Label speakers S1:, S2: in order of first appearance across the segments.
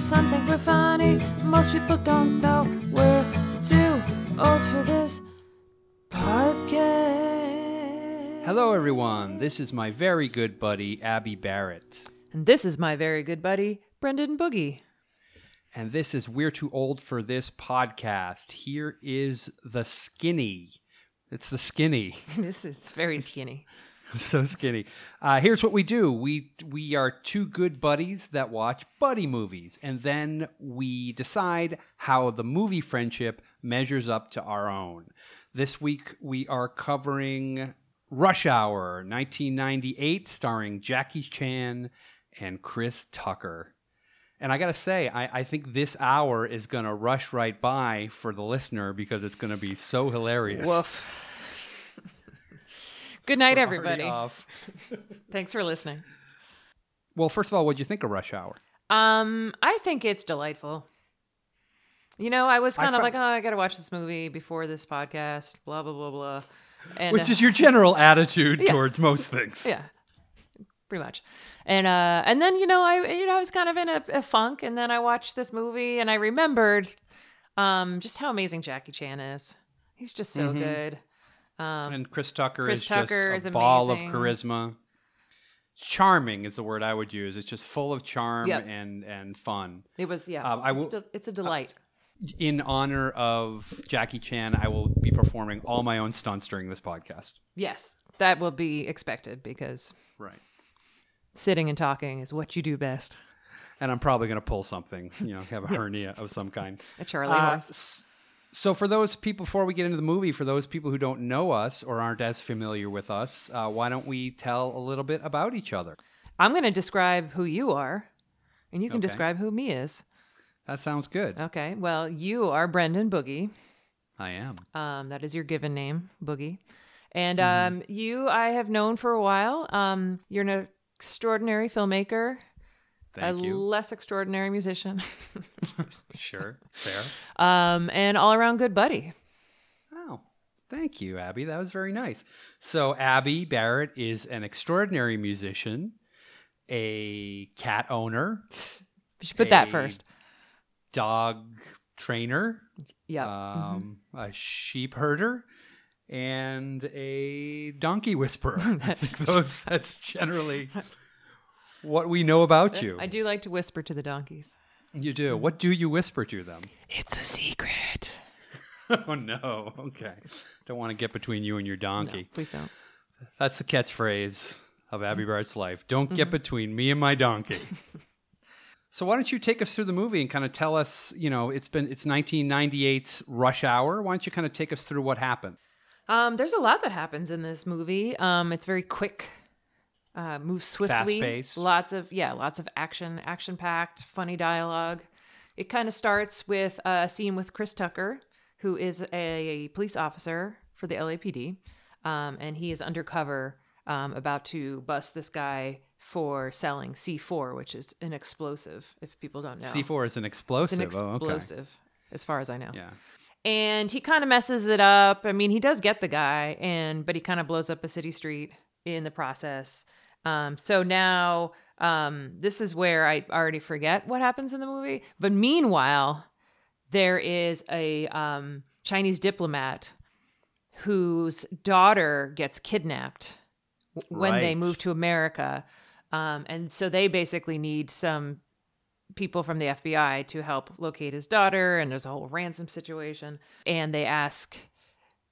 S1: Some think we're funny, most people don't though. We're too old for this podcast.
S2: Hello, everyone. This is my very good buddy, Abby Barrett.
S1: And this is my very good buddy, Brendan Boogie.
S2: And this is We're Too Old for This podcast. Here is the skinny. It's the skinny.
S1: this is very skinny.
S2: so skinny. Uh, here's what we do: we we are two good buddies that watch buddy movies, and then we decide how the movie friendship measures up to our own. This week we are covering Rush Hour 1998, starring Jackie Chan and Chris Tucker. And I gotta say, I, I think this hour is gonna rush right by for the listener because it's gonna be so hilarious.
S1: Woof. good night,
S2: We're already
S1: everybody.
S2: off.
S1: Thanks for listening.
S2: Well, first of all, what'd you think of Rush Hour?
S1: Um, I think it's delightful. You know, I was
S2: I
S1: kind of
S2: found-
S1: like, oh, I gotta watch this movie before this podcast. Blah blah blah blah. And
S2: Which is your general attitude
S1: Yeah.
S2: towards most things.
S1: yeah, pretty much. And uh, and then you know, I you know, I was kind of in a, a funk, and then I watched this movie, and I remembered, um, just how amazing Jackie Chan is. He's just so
S2: Mm-hmm.
S1: good.
S2: And Chris Tucker
S1: Chris
S2: is
S1: Tucker is
S2: just a ball
S1: amazing.
S2: of charisma. Charming is the word I would use. It's just full of charm
S1: Yep.
S2: and and fun.
S1: It was yeah.
S2: Um, I
S1: it's,
S2: will-
S1: del- it's a delight.
S2: In honor of Jackie Chan, I will be performing all my own stunts during this podcast.
S1: yes, that will be expected because
S2: Right.
S1: sitting and talking is what you do best.
S2: And I'm probably going to pull something, you know, have a hernia of some kind.
S1: A Charlie
S2: Uh,
S1: horse.
S2: s- so for those people, before we get into the movie, for those people who don't know us or aren't as familiar with us, uh, why don't we tell a little bit about each other?
S1: I'm going to describe who you are, and you can
S2: Okay.
S1: describe who me is.
S2: That sounds good.
S1: Okay. Well, you are Brendan Boogie.
S2: I am.
S1: Um, that is your given name, Boogie. And
S2: Mm-hmm.
S1: um, you, I have known for a while. Um, you're an extraordinary filmmaker,
S2: Thank
S1: a
S2: you.
S1: less extraordinary musician,
S2: sure. Fair.
S1: um, and all around good buddy.
S2: Oh, thank you, Abby. That was very nice. So, Abby Barrett is an extraordinary musician, a cat owner,
S1: You should put that
S2: Hey.
S1: first.
S2: dog trainer,
S1: Yeah.
S2: um, a sheep herder, and a donkey whisperer. I think those, that's generally what we know about you.
S1: I do like to whisper to the donkeys.
S2: You do. What do you whisper to them?
S1: It's a secret.
S2: Oh, no. Okay. Don't want to get between you and your donkey.
S1: Please don't.
S2: That's the catchphrase of
S1: Mm-hmm.
S2: Abby Bart's life. Don't get between me and my donkey. so why don't you take us through the movie and kind of tell us, you know, it's been it's 1998's Rush Hour. Why don't you kind of take us through what happened?
S1: Um, there's a lot that happens in this movie. Um, it's very quick, uh, moves swiftly.
S2: Fast-paced.
S1: Lots of yeah, lots of action, action packed, funny dialogue. It kind of starts with a scene with Chris Tucker, who is a police officer for the LAPD, um, and he is undercover, um, about to bust this guy for selling C4, which is an explosive. If people don't know,
S2: C4 is an
S1: it's
S2: explosive.
S1: an
S2: Oh,
S1: explosive,
S2: okay.
S1: as far as I know
S2: Yeah.
S1: and he kind of messes it up. I mean, he does get the guy, and but he kind of blows up a city street in the process. Um, so now um, this is where I already forget what happens in the movie. But meanwhile, there is a um, Chinese diplomat whose daughter gets kidnapped w- when they
S2: Right.
S1: move to America, um, and so they basically need some people from the FBI to help locate his daughter, and there's a whole ransom situation. And they ask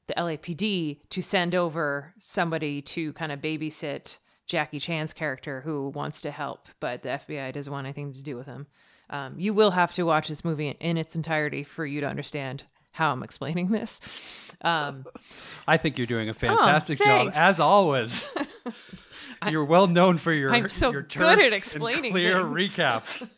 S1: the LAPD to send over somebody to kind of babysit Jackie Chan's character who wants to help, but the FBI doesn't want anything to do with him. Um, you will have to watch this movie in its entirety for you to understand how I'm explaining this. Um,
S2: I think you're doing a fantastic job
S1: Oh, thanks.
S2: as always. you're well known for your
S1: I'm so
S2: your
S1: good at
S2: terse and
S1: explaining
S2: clear
S1: things.
S2: recaps.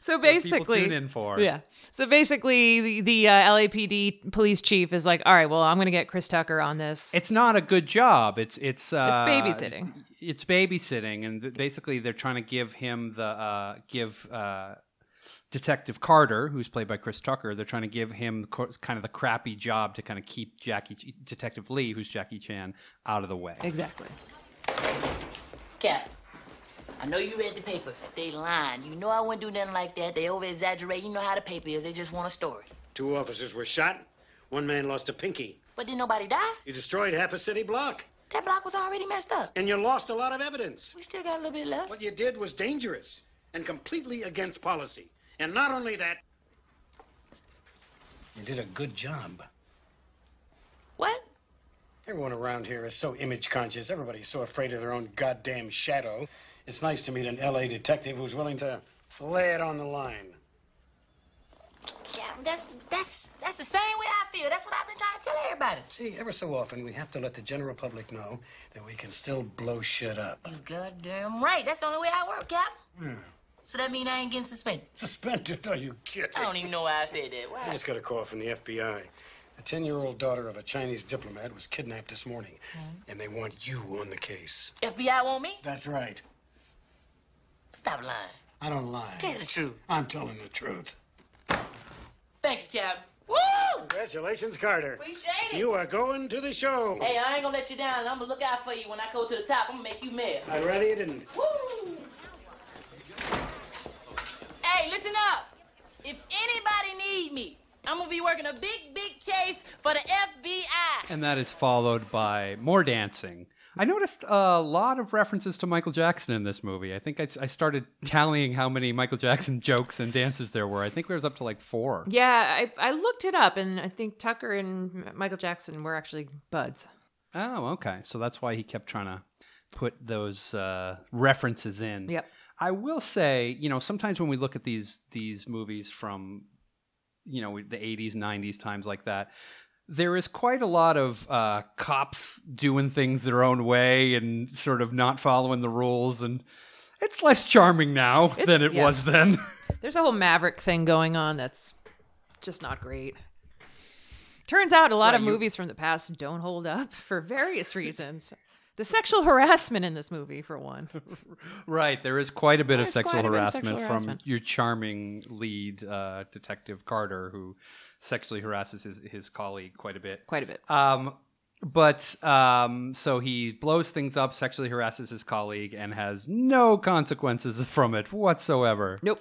S1: so
S2: People
S1: basically,
S2: tune in for.
S1: Yeah. So basically, the, the uh, LAPD police chief is like, all right, well, I'm going to get Chris Tucker on this.
S2: It's not a good job. It's it's uh,
S1: babysitting.
S2: It's, it's babysitting, and th- basically they're trying to give him the uh, give uh, Detective Carter, who's played by Chris Tucker. They're trying to give him co- kind of the crappy job to kind of keep Jackie Ch- Detective Lee, who's Jackie Chan, out of the way.
S1: exactly.
S3: Get I know you read the paper. They lying. You know I wouldn't do nothing like that. They over exaggerate. You know how the paper is. They just want a story.
S4: Two officers were shot. One man lost a pinky.
S3: But did nobody die?
S4: You destroyed half a city block,
S3: That block was already messed up.
S4: and you lost a lot of evidence.
S3: We still got a little bit left.
S4: What you did was dangerous and completely against policy. And not only that, you did a good job.
S3: What?
S4: Everyone around here is so image conscious. Everybody's so afraid of their own goddamn shadow. It's nice to meet an LA detective who's willing to lay it on the line.
S3: Yeah, that's that's that's the same way I feel. That's what I've been trying to tell everybody.
S4: See, ever so often we have to let the general public know that we can still blow shit up.
S3: You goddamn right. That's the only way I work, Cap. So that mean I ain't getting suspended.
S4: Suspended? Are you kidding?
S3: I don't even know why I said that.
S4: I
S3: Why?
S4: just got a call from the FBI. The 10 year old daughter of a Chinese diplomat was kidnapped this morning,
S3: Mm-hmm.
S4: and they want you on the case.
S3: FBI want me?
S4: That's right.
S3: Stop lying.
S4: I don't lie.
S3: Tell the truth.
S4: I'm telling the truth.
S3: Thank you, Cap. Woo!
S4: Congratulations, Carter.
S3: Appreciate it.
S4: You are going to the show.
S3: Hey, I ain't gonna let you down. I'm gonna look out for you when I go to the top. I'm gonna make you mad.
S4: I'd rather you didn't.
S3: Woo! Hey, listen up. If anybody need me, I'm gonna be working a big, big case for the FBI.
S2: And that is followed by more dancing. I noticed a lot of references to Michael Jackson in this movie. I think I, I started tallying how many Michael Jackson jokes and dances there were. I think there was up to like four.
S1: Yeah, I, I looked it up, and I think Tucker and M- Michael Jackson were actually buds.
S2: Oh, okay. So that's why he kept trying to put those uh, references in.
S1: Yep.
S2: I will say, you know, sometimes when we look at these these movies from, you know, the '80s, '90s times like that, there is quite a lot of uh, cops doing things their own way and sort of not following the rules, and it's less charming now than
S1: It's-
S2: it
S1: yeah.
S2: was then.
S1: There's a whole Maverick thing going on that's just not great. Turns out a lot of movies from the past don't hold up for various reasons. The sexual harassment in this movie, for one.
S2: Right, there is quite a bit of
S1: There's
S2: sexual
S1: quite a bit of
S2: harassment
S1: sexual
S2: from
S1: harassment.
S2: your charming lead uh, detective Carter, who sexually harasses his, his colleague quite a bit.
S1: Quite a bit.
S2: Um, but um, so he blows things up, sexually harasses his colleague, and has no consequences from it whatsoever.
S1: Nope.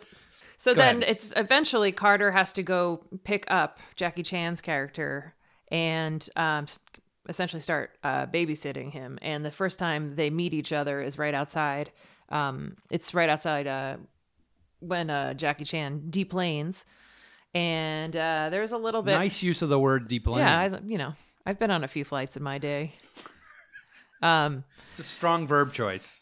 S1: So
S2: Go
S1: then
S2: ahead.
S1: it's eventually Carter has to go pick up Jackie Chan's character and um, s- essentially start uh, babysitting him. And the first time they meet each other is right outside. Um, it's right outside uh, when uh, Jackie Chan deplanes. And uh, there's a little bit.
S2: nice use of the word deplane.
S1: Yeah, I, you know, I've been on a few flights in my day. um,
S2: it's a strong verb choice.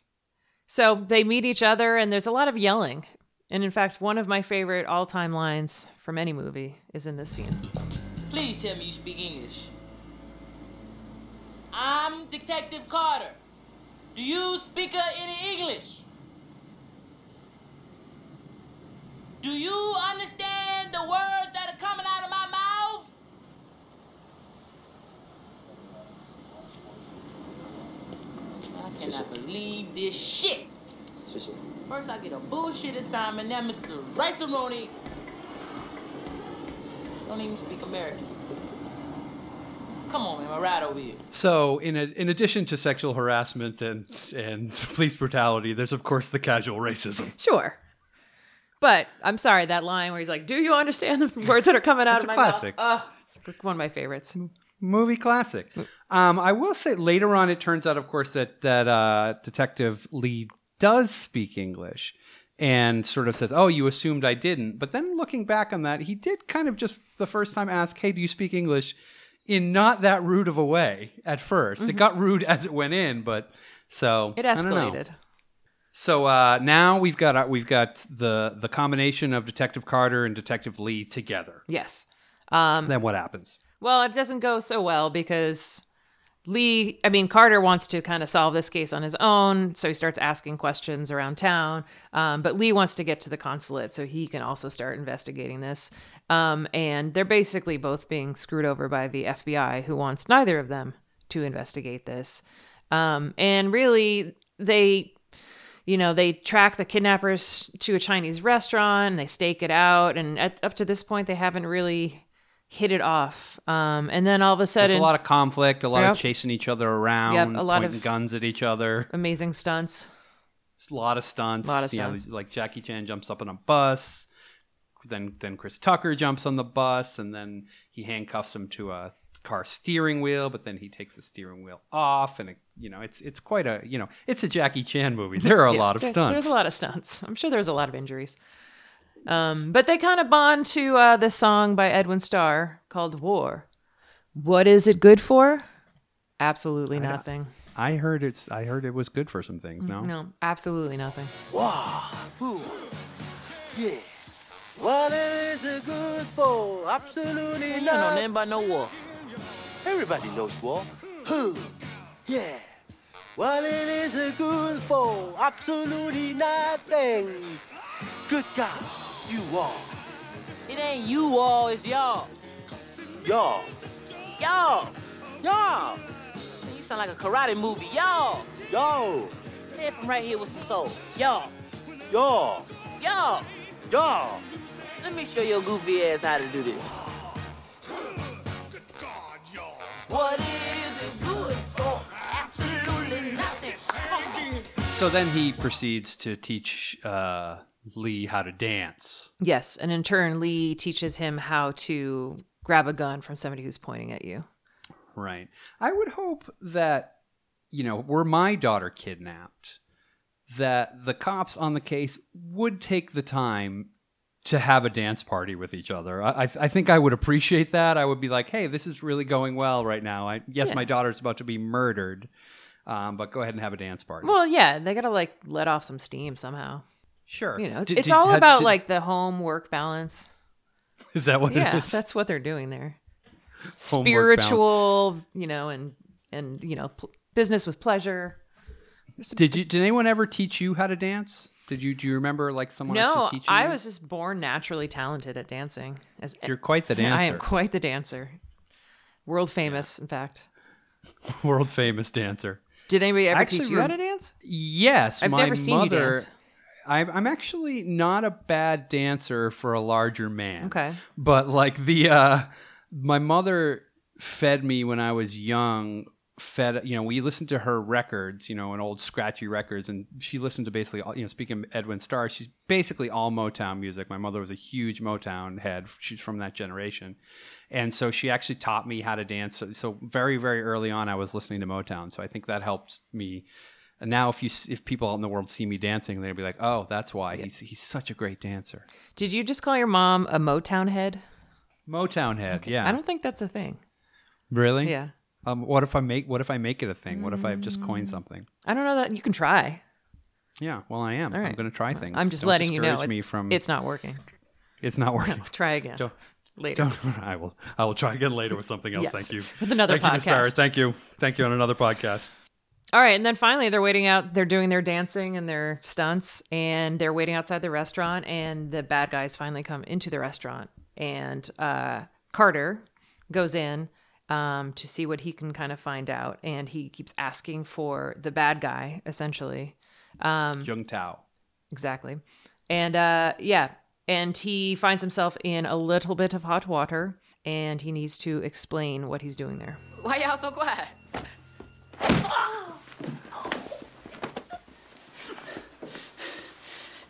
S1: so they meet each other, and there's a lot of yelling. And in fact, one of my favorite all time lines from any movie is in this scene.
S3: Please tell me you speak English. I'm Detective Carter. Do you speak uh, any English? Do you understand the words that are coming out of my mouth? I cannot believe this shit. First, I get a bullshit assignment. Now, Mr. Rice don't even speak American. Come on, man, my ride over here.
S2: So, in a, in addition to sexual harassment and and police brutality, there's of course the casual racism.
S1: Sure. But I'm sorry, that line where he's like, Do you understand the words that are coming out
S2: It's
S1: of
S2: a
S1: my
S2: classic.
S1: mouth? Oh, it's one of my favorites.
S2: movie classic.
S1: Mm.
S2: Um, I will say later on, it turns out, of course, that that uh, Detective Lee does speak English, and sort of says, "Oh, you assumed I didn't." But then looking back on that, he did kind of just the first time ask, "Hey, do you speak English?" In not that rude of a way at 1st It got rude as it went in, but so
S1: Mm-hmm. It
S2: I don't know.
S1: escalated.
S2: So uh, now we've got uh, we've got the the combination of Detective Carter and Detective Lee together.
S1: Yes. Um,
S2: then what happens?
S1: Well, it doesn't go so well because Lee, I mean, Carter wants to kind of solve this case on his own. So he starts asking questions around town. Um, but Lee wants to get to the consulate so he can also start investigating this. Um, and they're basically both being screwed over by the FBI, who wants neither of them to investigate this. Um, and really, they you know they track the kidnappers to a chinese restaurant and they stake it out and at, up to this point they haven't really hit it off um, and then all of a
S2: There's
S1: sudden
S2: a lot of conflict, a lot
S1: Yep.
S2: of chasing each other around,
S1: Yep, a lot
S2: pointing
S1: of-
S2: guns at each other.
S1: amazing stunts
S2: It's a lot of stunts.
S1: Lot of
S2: You know,
S1: stunts.
S2: like Jackie Chan jumps up on a bus. Then then Chris Tucker jumps on the bus, and then he handcuffs him to a car steering wheel. But then he takes the steering wheel off, and it, you know it's it's quite a you know it's a Jackie Chan movie. There are a
S1: Yeah,
S2: lot of
S1: there's-
S2: stunts.
S1: There's a lot of stunts. I'm sure there's a lot of injuries. Um, but they kind of bond to uh, this song by Edwin Starr called War. What is it good for? Absolutely nothing.
S2: I heard it's I heard it was good for some things. No,
S1: No, absolutely nothing.
S5: Ah, What is it good for? Absolutely
S3: You don't know
S5: not.
S3: nothing about no war.
S5: Everybody knows war. Who? Yeah. What it is it good for? Absolutely nothing. Good God, you all,
S3: It ain't you all, it's y'all.
S5: y'all,
S3: Y'all.
S5: y'all,
S3: You sound like a karate movie. Y'all.
S5: y'all,
S3: Say it from right here with some soul. Y'all.
S5: y'all,
S3: Y'all.
S5: y'all.
S3: Let me show your goofy ass how to do this. What is it good for? Absolutely nothing.
S2: So then he proceeds to teach uh, Lee how to dance.
S1: Yes, and in turn, Lee teaches him how to grab a gun from somebody who's pointing at you.
S2: Right. I would hope that, you know, were my daughter kidnapped, that the cops on the case would take the time to have a dance party with each other. I, I, I think I would appreciate that. I would be like, hey, this is really going well right now. I, yes, my daughter's about to be murdered, um, but go ahead and have a dance party.
S1: Well, yeah, they gotta like let off some steam somehow.
S2: sure.
S1: You know,
S2: Did-
S1: it's
S2: did-
S1: all
S2: had-
S1: about
S2: did-
S1: like the home work balance.
S2: Is that what
S1: Yeah,
S2: it is?
S1: that's what they're doing there.
S2: Homework balance.
S1: Spiritual, you know, and and you know, pl- business with pleasure.
S2: Did you? Did anyone ever teach you how to dance? Did you? Do you remember like someone
S1: No,
S2: actually teaching?
S1: I
S2: you?
S1: was just born naturally talented at dancing. As
S2: You're quite the dancer.
S1: I am quite the dancer, world famous, in fact.
S2: world famous dancer.
S1: Did anybody ever
S2: actually
S1: teach you how
S2: rem-
S1: to dance?
S2: Yes,
S1: I've
S2: my
S1: never seen you
S2: mother.
S1: dance.
S2: I'm, I'm actually not a bad dancer for a larger man.
S1: Okay.
S2: But like the uh, my mother fed me when I was young. Fed you know we listened to her records, you know, and old scratchy records, and she listened to basically all, you know speaking of Edwin Starr, she's basically all Motown music. My mother was a huge Motown head. She's from that generation. And so she actually taught me how to dance. So, so very, very early on, I was listening to Motown. So I think that helps me and now, if you s- if people out in the world see me dancing, they'll be like, "Oh, that's why he's he's such a great dancer."
S1: Did you just call your mom a Motown head?
S2: Motown head, yeah.
S1: I don't think that's a thing.
S2: really.
S1: Yeah.
S2: Um, what if I make What if I make it a thing? What if I just coin
S1: Mm.
S2: something?
S1: I don't know that you can try.
S2: Yeah. Well, I am.
S1: All right.
S2: I'm going to try things.
S1: I'm just
S2: Don't
S1: letting you know
S2: discourage
S1: it-
S2: me from
S1: it's not working.
S2: it's not working.
S1: Try again
S2: Don't-
S1: later.
S2: Don't. I will. I will try again later with something else.
S1: Yes.
S2: Thank you.
S1: With another
S2: Thank you,
S1: podcast.
S2: Miss Barrett. Thank you. Thank you on another podcast.
S1: All right, and then finally they're waiting out. They're doing their dancing and their stunts, and they're waiting outside the restaurant. And the bad guys finally come into the restaurant, and uh, Carter goes in um, to see what he can kind of find out, and he keeps asking for the bad guy essentially.
S2: Jung Tao.
S1: Exactly. And uh yeah, and he finds himself in a little bit of hot water and he needs to explain what he's doing there.
S3: Why y'all so quiet?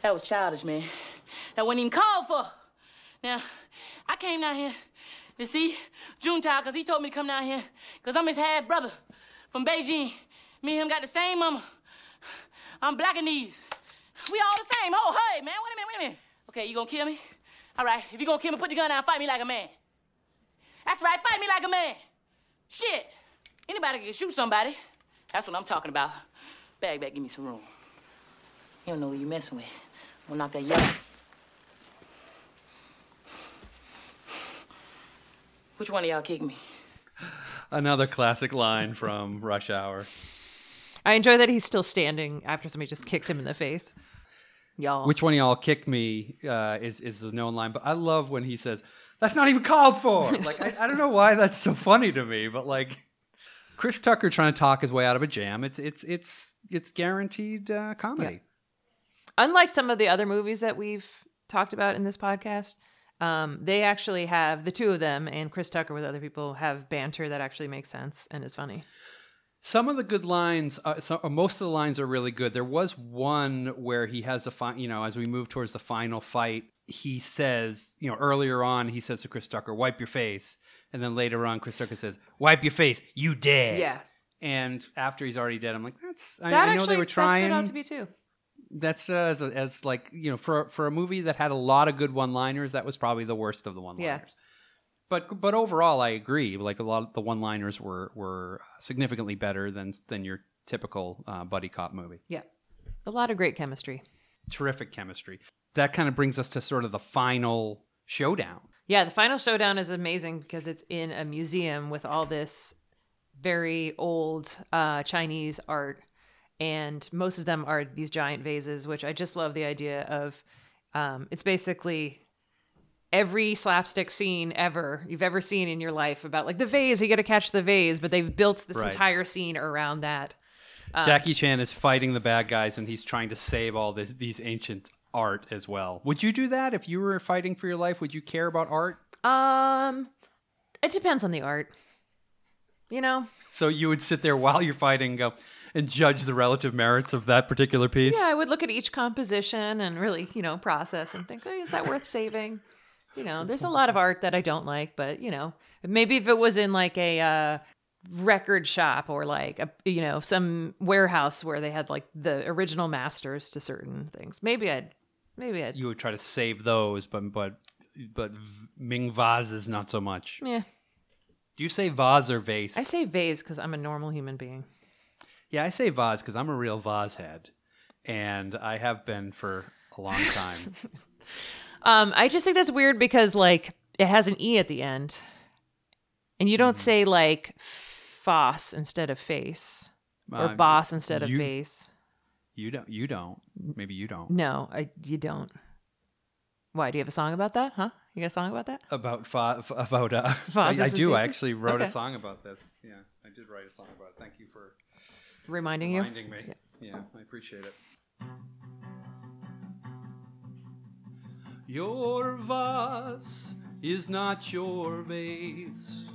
S3: That was childish, man. That wasn't even called for. Now, I came down here to see Juntao because he told me to come down here because I'm his half brother from Beijing. Me and him got the same mama. I'm black and these. We all the same. Oh, hey, man. Wait a minute, wait a minute. Okay, you gonna kill me? All right, if you gonna kill me, put the gun down and fight me like a man. That's right, fight me like a man. Shit! Anybody can shoot somebody. That's what I'm talking about. Bag back, give me some room. You don't know who you messing with. I'm gonna knock that yellow. Which one of y'all kicked me?
S2: Another classic line from Rush Hour.
S1: I enjoy that he's still standing after somebody just kicked him in the face. Y'all.
S2: Which one of y'all kicked me uh, is is the known line, but I love when he says, "That's not even called for." Like I, I don't know why that's so funny to me, but like Chris Tucker trying to talk his way out of a jam, it's it's it's it's guaranteed uh, comedy.
S1: unlike some of the other movies that we've talked about in this podcast, um, they actually have the two of them and Chris Tucker with other people have banter that actually makes sense and is funny.
S2: Some of the good lines, uh, so, uh, most of the lines are really good. There was one where he has a fi- you know, as we move towards the final fight, he says, you know, earlier on, he says to Chris Tucker, wipe your face. And then later on, Chris Tucker says, wipe your face, you dead.
S1: Yeah.
S2: And after he's already dead, I'm like, that's, I,
S1: That
S2: I know
S1: actually
S2: they were
S1: that
S2: trying.
S1: stood out to me too.
S2: that's uh, as, as like, you know, for, for a movie that had a lot of good one liners, that was probably the worst of the one liners. But, but overall, I agree. Like a lot of the one liners were, were significantly better than, than your typical uh, buddy cop movie.
S1: Yeah. A lot of great chemistry.
S2: Terrific chemistry. That kind of brings us to sort of the final showdown.
S1: Yeah, the final showdown is amazing because it's in a museum with all this very old uh, Chinese art, and most of them are these giant vases, which I just love the idea of. Um, it's basically every slapstick scene ever you've ever seen in your life about like the vase, you got to catch the vase, but they've built this
S2: Right.
S1: entire scene around that. Uh.
S2: Jackie Chan is fighting the bad guys, and he's trying to save all this these ancient art as well. Would you do that if you were fighting for your life? Would you care about art?
S1: Um, it depends on the art, you know.
S2: So you would sit there while you're fighting and go and judge the relative merits of that particular piece.
S1: Yeah, I would look at each composition and really, you know, process and think, hey, is that worth saving? You know, there's a lot of art that I don't like, but you know, maybe if it was in like a uh, record shop or like a you know some warehouse where they had like the original masters to certain things, maybe I'd maybe I'd
S2: You would try to save those, but but but v- Ming vase is not so much.
S1: yeah.
S2: Do you say vase or vase?
S1: I say vase because I'm a normal human being.
S2: yeah, I say vase because I'm a real vase head, and I have been for a long time.
S1: Um, I just think that's weird because like it has an e at the end, and you
S2: Hmm.
S1: don't say like foss instead of face or
S2: Uh,
S1: boss instead of
S2: you-
S1: base.
S2: you don't. You don't. Maybe you don't.
S1: No, I you don't. Why do you have a song about that? Huh? You got a song about that?
S2: about fa- f- about uh I,
S1: Vases
S2: I
S1: and
S2: do I
S1: vases?
S2: actually wrote a
S1: Okay.
S2: song about this yeah I did write a song about it thank you for
S1: Reminding you.
S2: reminding me yeah. I appreciate it Your vase is not your vase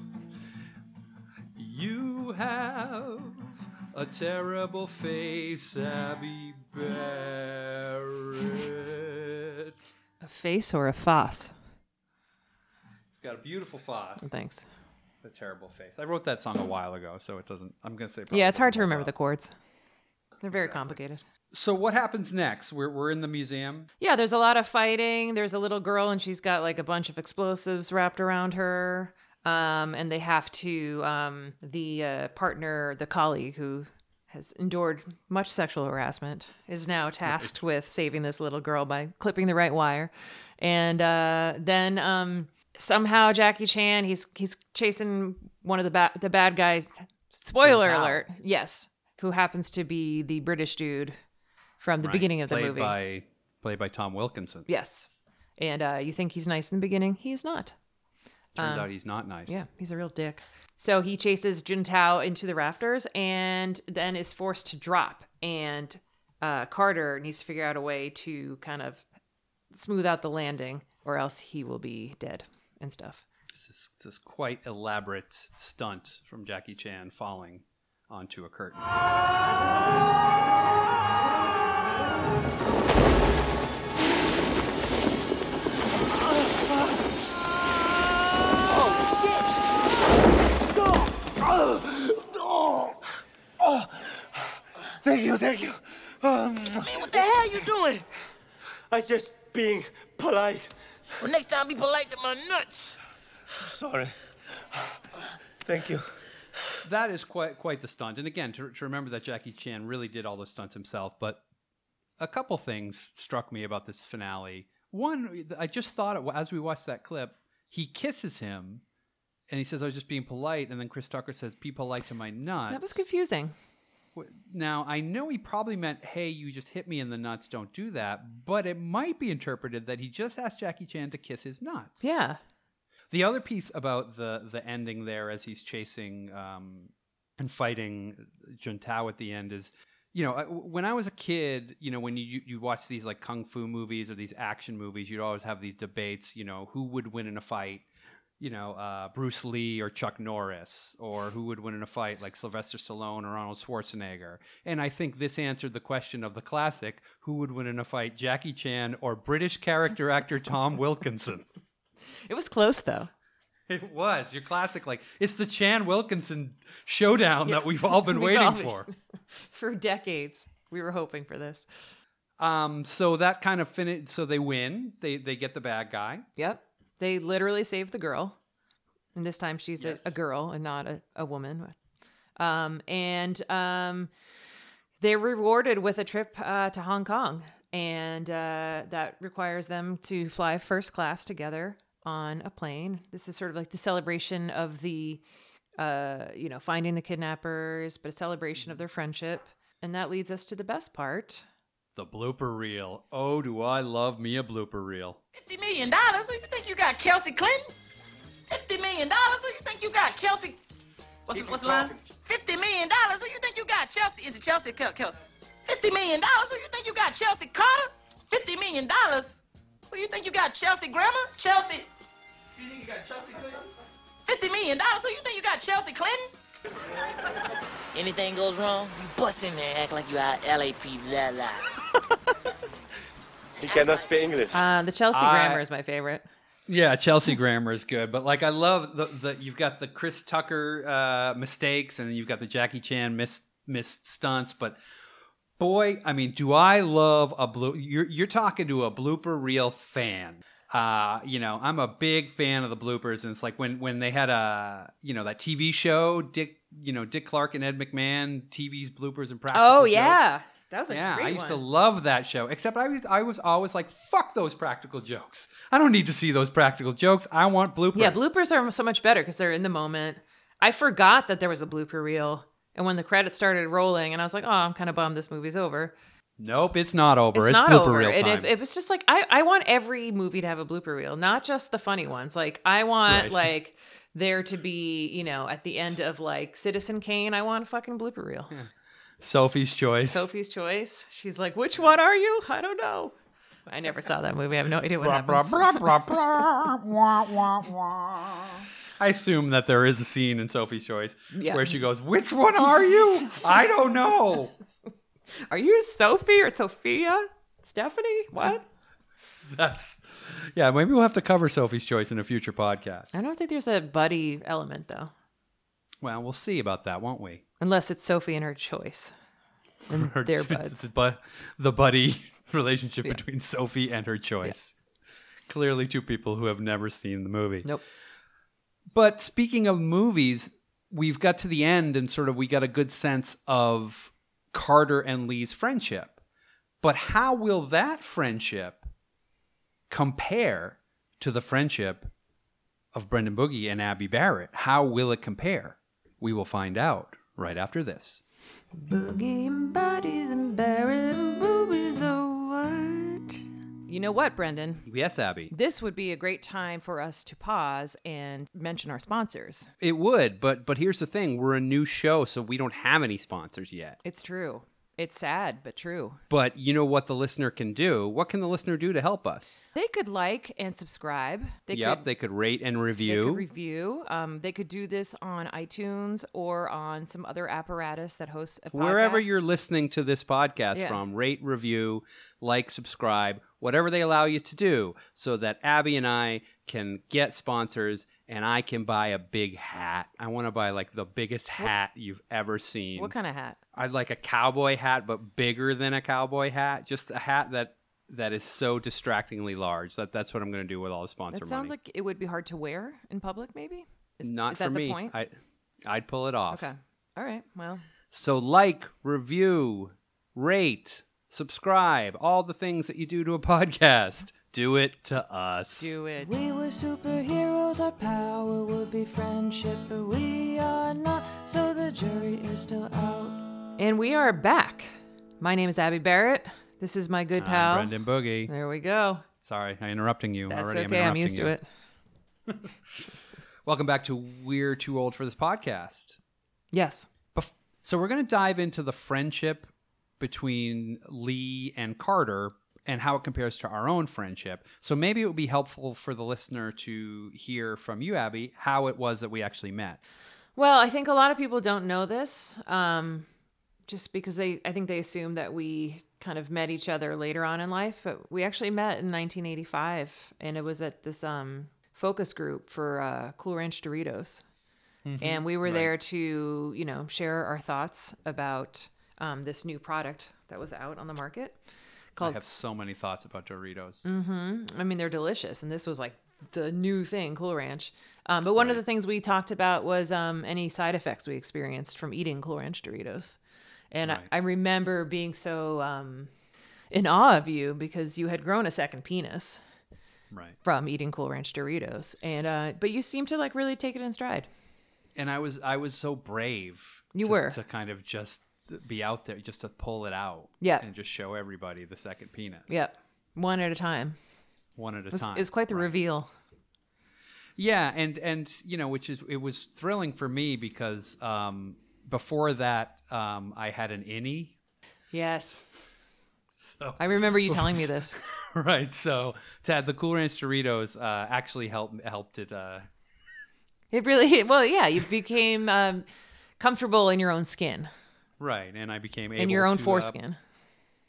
S2: You have a terrible face Abby Barrett
S1: A face or a foss?
S2: Got a beautiful foss.
S1: Thanks.
S2: The terrible face. I wrote that song a while ago, so it doesn't. I'm gonna say.
S1: Yeah, it's hard to remember the chords. They're very complicated.
S2: So what happens next? We're we're in the museum.
S1: Yeah, there's a lot of fighting. There's a little girl, and she's got like a bunch of explosives wrapped around her. Um, and they have to um, the uh, partner, the colleague who has endured much sexual harassment, is now tasked with saving this little girl by clipping the right wire. And uh, then um, somehow Jackie Chan, he's he's chasing one of the ba- the bad guys. Spoiler
S2: Jin Tao.
S1: alert! Yes, who happens to be the British dude from the beginning of the
S2: played
S1: movie.
S2: by played by Tom Wilkinson.
S1: Yes. And uh, you think he's nice in the beginning. He is not.
S2: Turns out he's not nice.
S1: Uh, Yeah, he's a real dick. So he chases Jun Tao into the rafters and then is forced to drop. And uh, Carter needs to figure out a way to kind of smooth out the landing, or else he will be dead and stuff.
S2: This is, this is quite elaborate stunt from Jackie Chan falling onto a curtain.
S5: Oh, oh. Thank you, thank you. Um,
S3: Man, what the hell you doing?
S5: I just being polite.
S3: Well, next time be polite to my nuts.
S5: Sorry. Thank you.
S2: That is quite quite the stunt. And again, to, to remember that Jackie Chan really did all the stunts himself. But a couple things struck me about this finale. One, I just thought it, as we watched that clip, he kisses him, and he says, "I was just being polite." And then Chris Tucker says, "Be polite to my nuts."
S1: That was confusing.
S2: Now I know he probably meant, "Hey, you just hit me in the nuts. Don't do that." But it might be interpreted that he just asked Jackie Chan to kiss his nuts.
S1: Yeah.
S2: The other piece about the the ending there, as he's chasing um, and fighting Juntao at the end, is you know I- when I was a kid, you know when you you watch these like kung fu movies or these action movies, you'd always have these debates. You know who would win in a fight. you know, uh, Bruce Lee or Chuck Norris, or who would win in a fight like Sylvester Stallone or Arnold Schwarzenegger. And I think this answered the question of the classic who would win in a fight, Jackie Chan or British character actor Tom Wilkinson?
S1: It was close though.
S2: It was your classic, like, it's the Chan Wilkinson showdown that we've all been
S1: We've
S2: waiting
S1: all been-
S2: for.
S1: For decades, we were hoping for this.
S2: Um, so that kind of finished. So they win. They they get the bad guy.
S1: Yep. They literally saved the girl. And this time she's
S2: Yes.
S1: a, a girl and not a, a woman. Um, and um, they're rewarded with a trip uh, to Hong Kong. And uh, that requires them to fly first class together on a plane. This is sort of like the celebration of the, uh, you know, finding the kidnappers, but a celebration of their friendship. And that leads us to the best part.
S2: The blooper reel. Oh, do I love me a blooper reel?
S3: Fifty million dollars? Who you think you got, Kelsey Clinton? Fifty million dollars? Who you think you got, Kelsey? What's what's the line? Fifty million dollars? Who you think you got, Chelsea? Is it Chelsea or Kel- Kelsey? Fifty million dollars? Who you think you got, Chelsea Carter? Fifty million dollars? Who you think you got, Chelsea Grammer? Chelsea? You think you got Chelsea Clinton? Fifty million dollars? Who you think you got, Chelsea Clinton? Anything goes wrong, you bust in there and act like you out LAP la.
S5: He cannot speak English.
S1: Uh, the Chelsea
S2: I-
S1: grammar is my favorite.
S2: Yeah, Chelsea Grammar is good, but like I love the, the you've got the Chris Tucker uh, mistakes, and you've got the Jackie Chan missed missed stunts. But boy, I mean, do I love a blue? You're you're talking to a blooper reel fan. Uh, you know, I'm a big fan of the bloopers, and it's like when when they had a you know that TV show Dick you know Dick Clark and Ed McMahon TV's bloopers and practical.
S1: Oh,
S2: jokes.
S1: yeah. That was a
S2: Yeah,
S1: great
S2: I used
S1: one.
S2: to love that show. Except I was I was always like, fuck those practical jokes. I don't need to see those practical jokes. I want bloopers.
S1: Yeah, bloopers are so much better because they're in the moment. I forgot that there was a blooper reel, and when the credits started rolling, and I was like, "Oh, I'm kind of bummed this movie's over."
S2: Nope, it's not over. It's,
S1: it's not
S2: blooper
S1: over.
S2: real
S1: And
S2: time.
S1: if, if it's just like I, I want every movie to have a blooper reel, not just the funny ones. Like I want
S2: Right.
S1: like there to be, you know, at the end of like Citizen Kane, I want a fucking blooper reel.
S2: Hmm. Sophie's choice.
S1: Sophie's Choice. She's like, "Which one are you? I don't know." I never saw that movie. I have no idea what happens.
S2: I assume that there is a scene in Sophie's Choice
S1: Yeah.
S2: where she goes, "Which one are you? I don't know."
S1: Are you Sophie or Sophia? Stephanie? What?
S2: That's yeah. Maybe we'll have to cover Sophie's Choice in a future podcast.
S1: I don't think there's a buddy element though,
S2: Well, we'll see about that, won't we?
S1: unless it's Sophie and her choice.
S2: her
S1: They're
S2: it's-
S1: buds.
S2: it's bu- the buddy relationship between Sophie and her choice. Clearly, two people who have never seen the movie.
S1: Nope.
S2: But speaking of movies, we've got to the end and sort of we got a good sense of Carter and Lee's friendship. But how will that friendship compare to the friendship of Brendan Boogie and Abby Barrett? How will it compare? We will find out right after this.
S1: You know what, Brendan?
S2: Yes, Abby.
S1: This would be a great time for us to pause and mention our sponsors.
S2: It would, but but here's the thing: we're a new show, so we don't have any sponsors yet.
S1: It's true. It's sad, but true.
S2: But you know what the listener can do? What can the listener do to help us?
S1: They could like and subscribe. They
S2: yep,
S1: could
S2: they could rate and
S1: They
S2: review.
S1: could review. Um, they could do this on iTunes or on some other apparatus that hosts a podcast.
S2: Wherever you're listening to this podcast
S1: Yeah.
S2: from, rate, review, like, subscribe, whatever they allow you to do, so that Abby and I can get sponsors and I can buy a big hat. I want to buy like the biggest hat you've ever seen.
S1: What kind of hat?
S2: I'd like a cowboy hat, but bigger than a cowboy hat. Just a hat that that is so distractingly large. That that's what I'm going to do with all the sponsor
S1: That sounds
S2: money.
S1: like it would be hard to wear in public, maybe? Is,
S2: Not
S1: is that
S2: for
S1: the
S2: me.
S1: point?
S2: I I'd pull it off.
S1: Okay. All right. Well,
S2: So like, review, rate, subscribe, all the things that you do to a podcast. Do it to us.
S1: do it.
S6: We were superheroes, our power would be friendship, but we are not, so the jury is still out.
S1: And we are back. My name is Abby Barrett. This is my good
S2: I'm
S1: pal.
S2: Brendan Boogie.
S1: There we go.
S2: Sorry, I'm interrupting you.
S1: That's
S2: Already
S1: okay. I'm
S2: interrupting
S1: used
S2: you.
S1: to it.
S2: Welcome back to We're Too Old for This Podcast.
S1: Yes.
S2: Bef- So we're going to dive into the friendship between Lee and Carter and how it compares to our own friendship. So maybe it would be helpful for the listener to hear from you, Abby, how it was that we actually met.
S1: Well, I think a lot of people don't know this, um, just because they I think they assume that we kind of met each other later on in life, but we actually met in 1985, and it was at this um, focus group for uh, Cool Ranch Doritos, and we were there to you know share our thoughts about um, this new product that was out on the market
S2: I
S1: called
S2: have so many thoughts about Doritos.
S1: Mm. I mean, they're delicious, and this was like the new thing, Cool Ranch. Um, but one of the things we talked about was um, any side effects we experienced from eating Cool Ranch Doritos, and I, I remember being so um, in awe of you because you had grown a second penis
S2: Right.
S1: from eating Cool Ranch Doritos, and uh, but you seemed to like really take it in stride.
S2: And I was I was so brave.
S1: You
S2: to,
S1: were.
S2: to kind of just be out there, just to pull it out.
S1: Yeah.
S2: And just show everybody the second penis.
S1: Yep, one at a time.
S2: One at a
S1: It was,
S2: time.
S1: it was quite the reveal.
S2: Yeah, and and you know, which is it was thrilling for me because um, before that um, I had an innie,
S1: Yes. I remember you telling me this.
S2: right? So to have the Cool Ranch Doritos uh, actually helped helped it. Uh,
S1: It really, well, yeah, you became um, comfortable in your own skin.
S2: right, and I became able
S1: in your own
S2: to, uh,
S1: foreskin.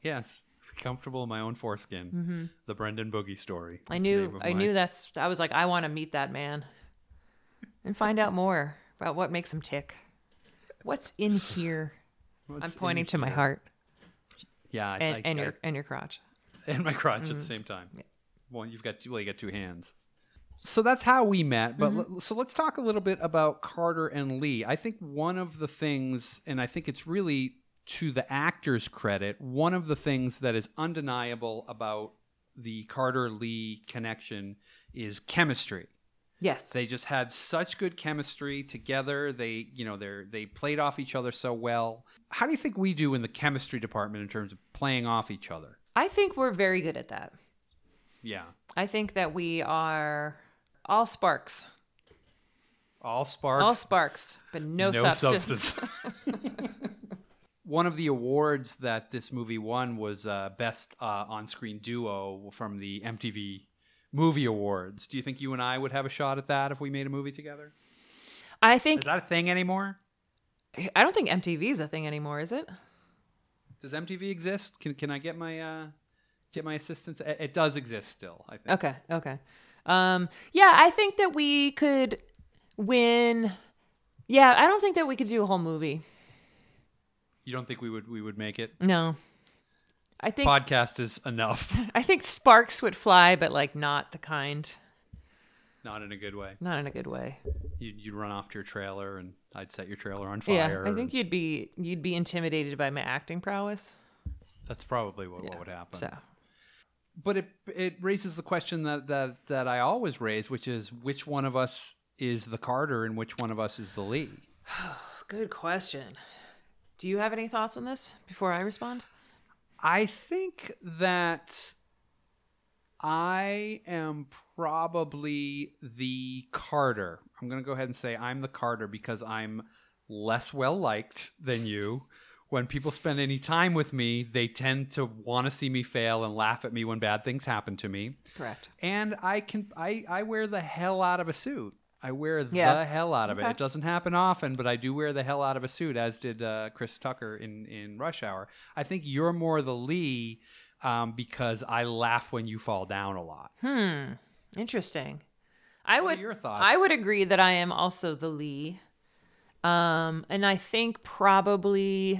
S2: yes, comfortable in my own foreskin. The Brendan Boogie story.
S1: Mm-hmm. I knew I knew that's I was like I want to meet that man and find out more about what makes him tick. What's in here? I'm pointing to my heart
S2: Yeah, I,
S1: and,
S2: I,
S1: and
S2: I-
S1: your and your crotch.
S2: and my crotch at the same time. Well, you've got two, well, you got two hands. So that's how we met. But l- so let's talk a little bit about Carter and Lee. I think one of the things, and I think it's really to the actor's credit, one of the things that is undeniable about the Carter Lee connection is chemistry
S1: Yes.
S2: they just had such good chemistry together they you know they are they played off each other so well how do you think we do in the chemistry department in terms of playing off each other
S1: I think we're very good at that.
S2: yeah
S1: I think that we are all sparks.
S2: all sparks
S1: All sparks, but no, substance.
S2: One of the awards that this movie won was uh, best uh, on-screen duo from the MTV Movie Awards. Do you think you and I would have a shot at that if we made a movie together?
S1: I
S2: Is
S1: think
S2: that a thing anymore?
S1: I don't think MTV is a thing anymore, is it?
S2: Does MTV exist? Can can I get my uh, get my assistance? It, it does exist still. I think.
S1: Okay. Okay. Um, yeah, I think that we could win. Yeah, I don't think that we could do a whole movie.
S2: You don't think we would we would make it?
S1: No. I think
S2: Podcast is enough,
S1: I think sparks would fly, but like not the kind,
S2: not in a good way.
S1: not in a good way.
S2: You'd, you'd run off to your trailer, and I'd set your trailer on
S1: Yeah,
S2: fire.
S1: I think you'd be you'd be intimidated by my acting prowess.
S2: that's probably what, what would happen.
S1: So
S2: But it it raises the question that that that I always raise, which is which one of us is the Carter and which one of us is the Lee.
S1: good question. Do you have any thoughts on this before I respond?
S2: I think that I am probably the Carter. I'm going to go ahead and say I'm the Carter because I'm less well liked than you. When people spend any time with me, they tend to want to see me fail and laugh at me when bad things happen to me.
S1: Correct.
S2: And I can I I wear the hell out of a suit. I wear
S1: Yeah.
S2: the hell out of it.
S1: Okay.
S2: It doesn't happen often, but I do wear the hell out of a suit, as did uh, Chris Tucker in in Rush Hour. I think you're more the Lee um, because I laugh when you fall down a lot.
S1: Hmm. Interesting. I
S2: What are
S1: would
S2: your thoughts?
S1: I would agree that I am also the Lee. Um and I think probably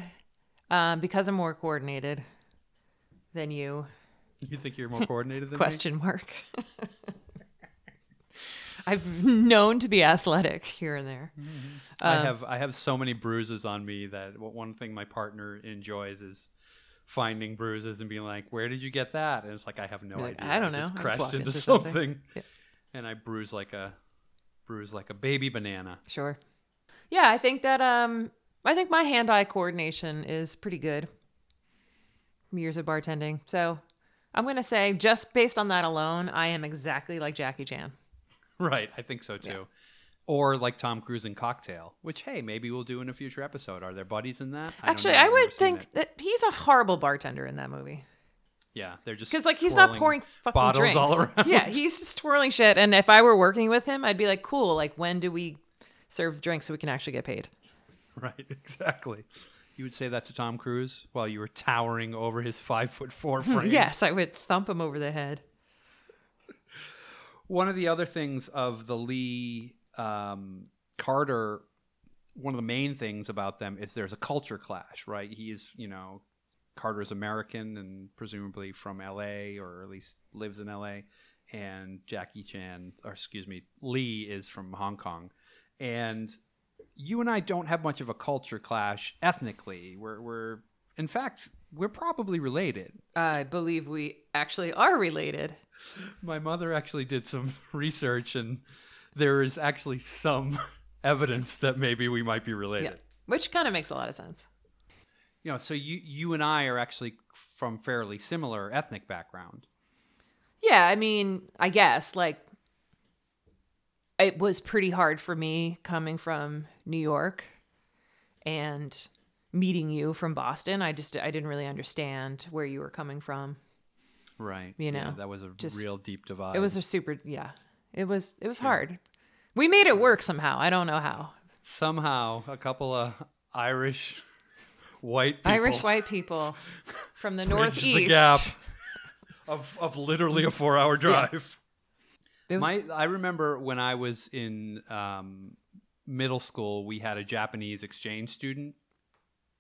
S1: um because I'm more coordinated than you.
S2: You think you're more coordinated than
S1: Question mark. I've known to be athletic here and there.
S2: Mm-hmm. me?
S1: Um,
S2: I have I have so many bruises on me that what one thing my partner enjoys is finding bruises and being like, "Where did you get that?" And it's like I have no
S1: Like,
S2: idea.
S1: I don't know.
S2: Just
S1: I just
S2: crashed
S1: walked
S2: into,
S1: into
S2: something,
S1: something." Yeah.
S2: and I bruise like a bruise like a baby banana.
S1: Sure. Yeah, I think that um I think my hand-eye coordination is pretty good. From years of bartending. So, I'm going to say just based on that alone, I am exactly like Jackie Chan.
S2: Right, I think so too. Or like Tom Cruise in Cocktail, which hey, maybe we'll do in a future episode. Are there buddies in that? I don't
S1: Actually,
S2: know.
S1: I
S2: I've never
S1: would
S2: seen
S1: think
S2: it.
S1: that he's a horrible bartender in that movie.
S2: Yeah, they're just
S1: Because like he's not
S2: swirling
S1: pouring fucking
S2: bottles
S1: drinks.
S2: all around.
S1: Yeah, he's just twirling shit. And if I were working with him, I'd be like, cool. Like, when do we serve drinks so we can actually get paid?
S2: Right, exactly. You would say that to Tom Cruise while you were towering over his five foot four frame.
S1: Yes, I would thump him over the head.
S2: One of the other things of the Lee um, Carter, one of the main things about them is there's a culture clash, right? He is, you know, Carter's American and presumably from LA or at least lives in LA. And Jackie Chan, or excuse me, Lee is from Hong Kong. And you and I don't have much of a culture clash ethnically. We're, we're in fact, we're probably related.
S1: I believe we actually are related.
S2: My mother actually did some research, and there is actually some evidence that maybe we might be related.
S1: Yeah. Which kind of makes a lot of sense.
S2: You know, so you you and I are actually from fairly similar ethnic background.
S1: Yeah, I mean, I guess like it was pretty hard for me coming from New York and meeting you from Boston. I just I didn't really understand where you were coming from.
S2: Right.
S1: You know,
S2: that was a
S1: just-
S2: real deep divide.
S1: It was a super yeah. It was it was hard. We made it work somehow. I don't know how.
S2: somehow a couple of Irish white people
S1: Irish white people from the
S2: bridged
S1: northeast.
S2: the gap of of literally a four hour drive.
S1: It was-
S2: My I remember when I was in um, middle school, we had a Japanese exchange student,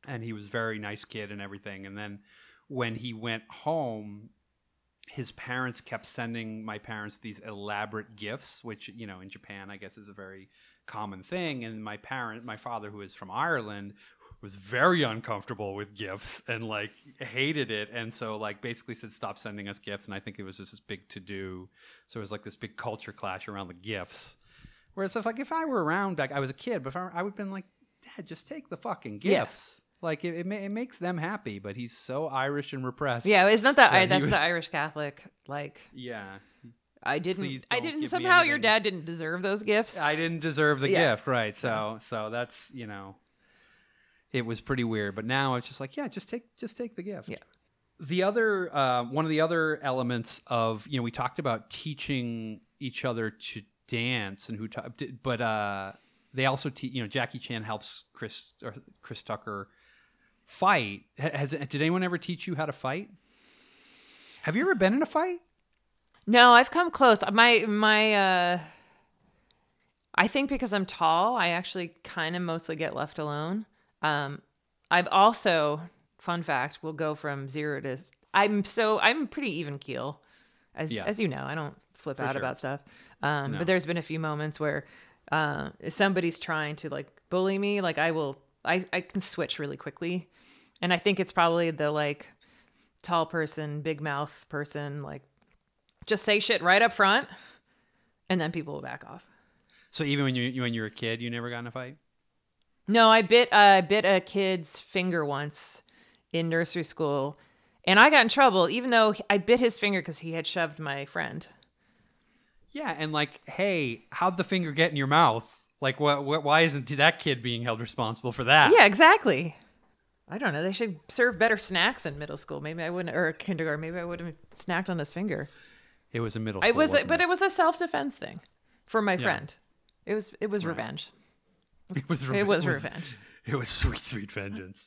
S2: and he was a very nice kid and everything. And then when he went home, his parents kept sending my parents these elaborate gifts, which you know in Japan I guess is a very common thing. And my parent, my father, who is from Ireland, was very uncomfortable with gifts and like hated it, and so like basically said stop sending us gifts. And I think it was just this big to do. So it was like this big culture clash around the gifts. Whereas if like if I were around back, I was a kid, but if I, were- I would have been like, Dad, just take the fucking
S1: Yeah.
S2: gifts. Like it, it, ma- it makes them happy, but he's so Irish and repressed.
S1: Yeah, isn't that the
S2: Yeah,
S1: I
S2: he
S1: that's
S2: was-
S1: the Irish Catholic like
S2: yeah.
S1: I didn't
S2: Please
S1: I
S2: don't
S1: didn't
S2: give me
S1: somehow your
S2: anything.
S1: dad didn't deserve those gifts.
S2: I didn't deserve the
S1: Yeah.
S2: gift, right? So, so that's you know, it was pretty weird. But now it's just like, yeah, just take, just take the gift.
S1: Yeah.
S2: The other uh, one of the other elements of you know we talked about teaching each other to dance and who, ta- d- but uh, they also te- you know Jackie Chan helps Chris or Chris Tucker fight. Ha- Has did anyone ever teach you how to fight? Have you ever been in a fight?
S1: No, I've come close. My my uh I think because I'm tall, I actually kind of mostly get left alone. Um I've also fun fact, will go from 0 to I'm so I'm pretty even keel as
S2: Yeah.
S1: as you know. I don't flip out
S2: sure.
S1: about stuff. Um but there's been a few moments where uh if somebody's trying to like bully me, like I will I I can switch really quickly. And I think it's probably the like tall person, big mouth person like just say shit right up front and then people will back off
S2: So even when you you- when you were a kid, you never got in a fight.
S1: no i bit uh, i bit a kid's finger once in nursery school and i got in trouble even though i bit his finger because he had shoved my friend
S2: Yeah, and like, hey, how'd the finger get in your mouth? Like, what? Wh- why isn't that kid being held responsible for that?
S1: yeah exactly i don't know they should serve better snacks in middle school maybe i wouldn't or kindergarten maybe i would have snacked on his finger
S2: it was a middle.
S1: I
S2: School,
S1: was
S2: wasn't
S1: but it was a self-defense thing for my friend it was it was revenge
S2: It was.
S1: it was
S2: was-
S1: revenge
S2: It was sweet, sweet vengeance.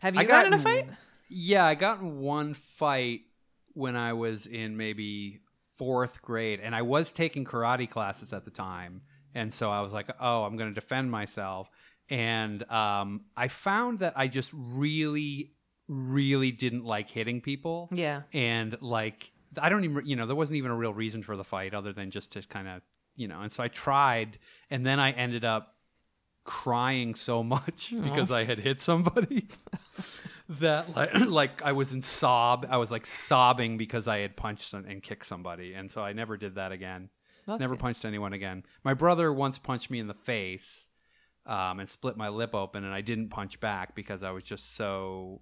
S1: have you
S2: I
S1: gotten in a
S2: got-
S1: fight
S2: Yeah, I got in one fight when I was in maybe fourth grade, and I was taking karate classes at the time, and so I was like, "Oh, I'm going to defend myself," and um, I found that I just really, really didn't like hitting people.
S1: Yeah.
S2: and like I don't even, you know, there wasn't even a real reason for the fight other than just to kind of, you know, and so I tried, and then I ended up crying so much because I had hit somebody that like like I was in sob. I was like sobbing because I had punched some, and kicked somebody, and so I never did that again.
S1: That's
S2: never
S1: good.
S2: punched anyone again. My brother once punched me in the face um, and split my lip open, and I didn't punch back because I was just so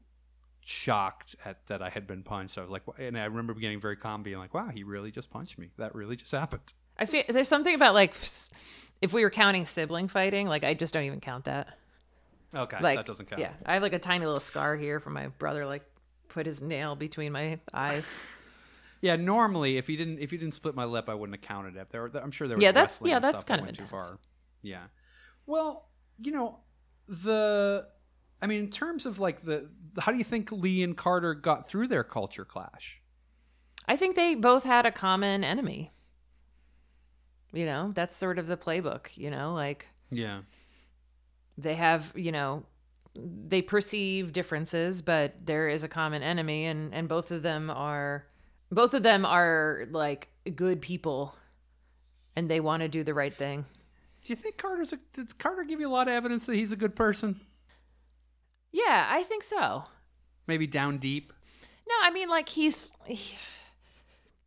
S2: shocked at that I had been punched. I was like, "Wha-" and I remember getting very calm, being like, "Wow, he really just punched me. That really just happened."
S1: I feel there's something about like s- if we were counting sibling fighting, like I just don't even count that.
S2: Okay,
S1: Like
S2: that doesn't count.
S1: Yeah, I have like a tiny little scar here from my brother like put his nail between my eyes.
S2: Yeah, normally if you didn't if you didn't split my lip, I wouldn't have counted it. There, were- I'm sure there was
S1: Yeah, that's-
S2: wrestling
S1: yeah,
S2: and
S1: that's
S2: stuff that
S1: kind of
S2: went too
S1: intense.
S2: far. Yeah. Well, you know the, I mean, in terms of like the, how do you think Lee and Carter got through their culture clash?
S1: I think they both had a common enemy. You know, that's sort of the playbook, you know, like
S2: Yeah.
S1: they have, you know, they perceive differences, but there is a common enemy and and both of them are both of them are like good people and they want to do the right thing.
S2: Do you think Carter's a, did Carter give you a lot of evidence that he's a good person?
S1: Yeah, I think so.
S2: Maybe down deep.
S1: No, I mean like he's he-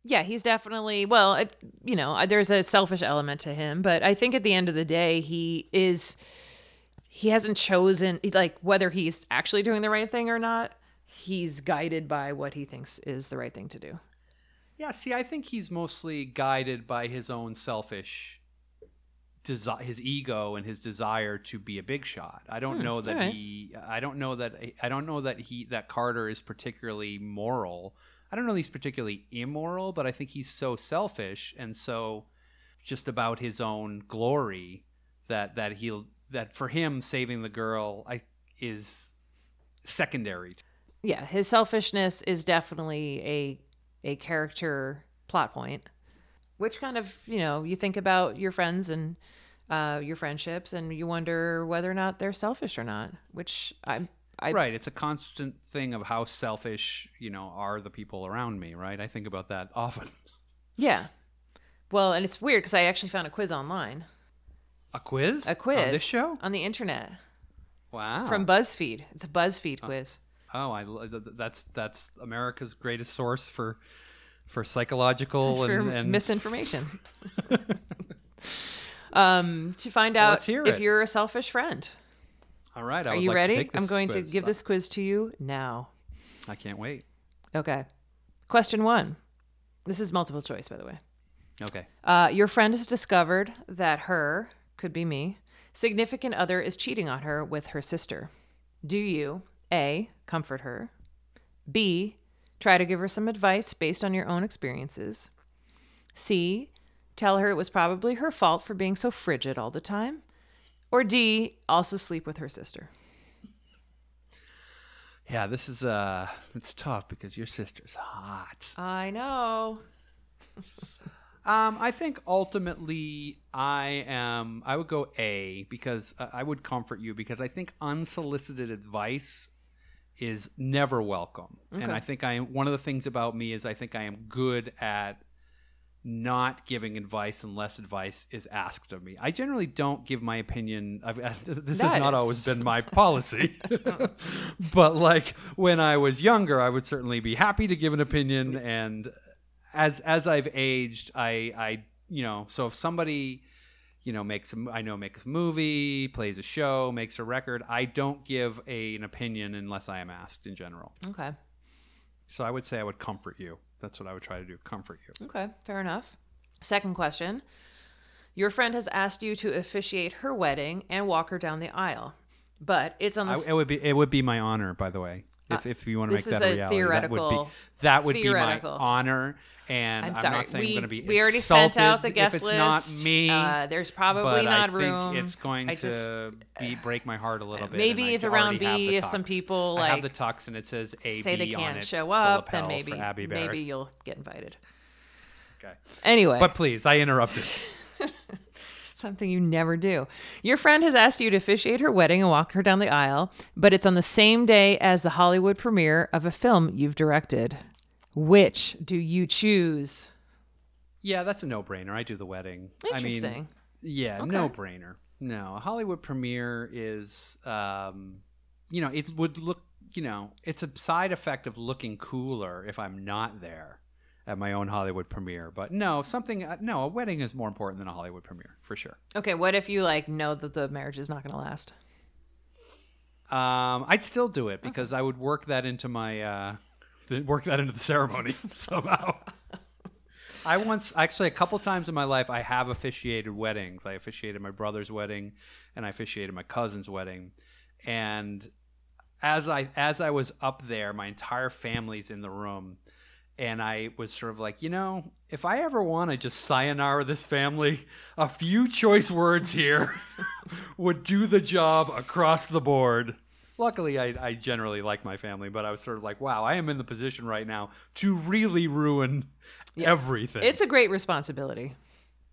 S1: yeah, he's definitely well, it, you know, there's a selfish element to him, but I think at the end of the day he is he hasn't chosen like whether he's actually doing the right thing or not. He's guided by what he thinks is the right thing to do.
S2: Yeah, see, I think he's mostly guided by his own selfish desi his ego and his desire to be a big shot. I don't know that
S1: alright.
S2: he I don't know that I don't know that he that Carter is particularly moral. I don't know that he's particularly immoral, but I think he's so selfish and so just about his own glory that that he'll that for him saving the girl I is secondary.
S1: Yeah, his selfishness is definitely a a character plot point. Which kind of, you know, you think about your friends and uh, your friendships, and you wonder whether or not they're selfish or not. Which I, I
S2: right it's a constant thing of how selfish you know are the people around me right i think about that often
S1: Yeah. Well, and it's weird because I actually found a quiz online.
S2: a quiz Uh,
S1: A quiz.
S2: on this show
S1: On the internet
S2: wow
S1: from BuzzFeed. It's a BuzzFeed quiz.
S2: oh i lo- th- th- that's that's america's greatest source for for psychological
S1: for
S2: Oh, and, and
S1: misinformation. um, to find out
S2: let's hear
S1: if
S2: it.
S1: you're a selfish friend.
S2: all right I
S1: Are
S2: would
S1: you
S2: like to
S1: ready?
S2: take
S1: I'm
S2: this
S1: going
S2: quiz.
S1: to give this quiz to you now.
S2: i can't wait
S1: Okay. Question one. This is multiple choice, by the way.
S2: okay
S1: Uh, your friend has discovered that her, could be me, significant other is cheating on her with her sister. Do you A, comfort her, B, try to give her some advice based on your own experiences, C, tell her it was probably her fault for being so frigid all the time, or D, also sleep with her sister?
S2: yeah this is uh it's tough because your sister's hot
S1: I know.
S2: Um, I think ultimately I am. I would go A because uh, I would comfort you because I think unsolicited advice is never welcome, and I think I am one of the things about me is I think I am good at not giving advice unless advice is asked of me. I generally don't give my opinion. I've, this has
S1: That
S2: not
S1: is-
S2: always been my policy, but like when I was younger, I would certainly be happy to give an opinion. And as as I've aged, I I you know so if somebody you know makes a, I know makes a movie, plays a show, makes a record, I don't give a, an opinion unless I am asked in general.
S1: Okay.
S2: So I would say I would comfort you. That's what I would try to do. Comfort you.
S1: Okay, fair enough. Second question Your friend has asked you to officiate her wedding and walk her down the aisle, but it's on the.
S2: I, it would be it would be my honor, by the way. If, if you want to make
S1: Uh, this
S2: that
S1: is
S2: a
S1: a
S2: reality, that would
S1: theoretical-
S2: be that would be my
S1: theoretical.
S2: honor. And
S1: I'm
S2: I'm,
S1: sorry.
S2: not saying
S1: we,
S2: I'm going to be
S1: we already
S2: insulted
S1: sent out the
S2: if
S1: guest
S2: it's
S1: list.
S2: not me.
S1: Uh, there's probably
S2: but
S1: not
S2: I
S1: room.
S2: think it's going
S1: I
S2: to
S1: just-
S2: be break my heart a little bit.
S1: Maybe
S2: and I
S1: if
S2: already
S1: around
S2: have
S1: B,
S2: the
S1: if some
S2: tux.
S1: people,
S2: I have
S1: like,
S2: the tux and it says A
S1: say they
S2: B on
S1: can't
S2: it,
S1: show
S2: the
S1: up,
S2: lapel
S1: then
S2: for
S1: maybe
S2: Abby Barrett.
S1: maybe you'll get invited.
S2: Okay.
S1: Anyway,
S2: But please, I interrupted.
S1: something you never do. Your friend has asked you to officiate her wedding and walk her down the aisle, but it's on the same day as the Hollywood premiere of a film you've directed. Which do you choose?
S2: yeah, that's a no brainer. I do the wedding. I mean,
S1: Interesting.
S2: Yeah, no brainer. No, a Hollywood premiere is, um, you know, it would look, you know, it's a side effect of looking cooler if I'm not there at my own Hollywood premiere. But no, something, uh, no, a wedding is more important than a Hollywood premiere for sure.
S1: okay, what if you like know that the marriage is not going to last?
S2: Um, I'd still do it because I would work that into my, uh, th- work that into the ceremony somehow. I once, actually, a couple times in my life, I have officiated weddings. I officiated my brother's wedding, and I officiated my cousin's wedding, and as I as I was up there, my entire family's in the room, and I was sort of like, you know, if I ever want to just sayonara this family, a few choice words here would do the job across the board. Luckily, I, I generally like my family, but I was sort of like, wow, I am in the position right now to really ruin everything.
S1: It's a great responsibility.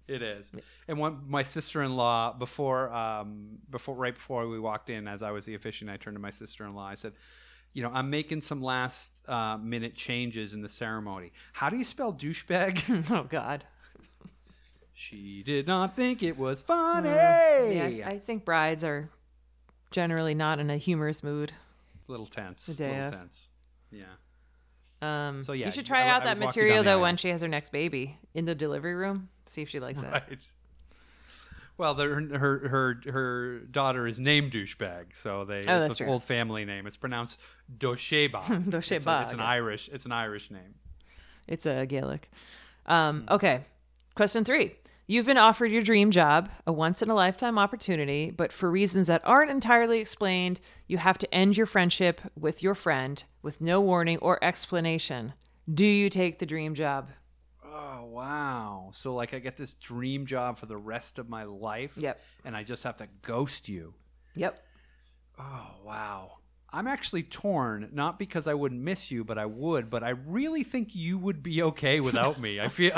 S2: It is. And one, my sister-in-law before, um, before right before we walked in, as I was the officiant, I turned to my sister-in-law. I said, "You know, I'm making some last uh, minute changes in the ceremony. How do you spell douchebag?"
S1: Oh God.
S2: she did not think it was funny.
S1: Yeah, Uh, I think brides are generally not in a humorous mood.
S2: little tense.
S1: day
S2: little
S1: of.
S2: tense. Yeah.
S1: Um,
S2: So, yeah,
S1: you should try
S2: I-
S1: out
S2: I
S1: that
S2: would walk you
S1: material
S2: down the
S1: though when
S2: aisle.
S1: she has her next baby in the delivery room. See if she likes it.
S2: Right. Well, the, her her her her daughter is named douchebag, so they
S1: Oh, that's
S2: it's an
S1: true.
S2: old family name. It's pronounced Dosheba. It's a- It's an
S1: Doshebag.
S2: Irish. It's an Irish name.
S1: It's a Gaelic. Um, okay. Question three. You've been offered your dream job, a once in a lifetime opportunity, but for reasons that aren't entirely explained, you have to end your friendship with your friend with no warning or explanation. Do you take the dream job?
S2: Oh wow! So like, I get this dream job for the rest of my life.
S1: Yep.
S2: And I just have to ghost you.
S1: Yep.
S2: Oh wow! I'm actually torn, not because I wouldn't miss you, but I would. But I really think you would be okay without me. I feel,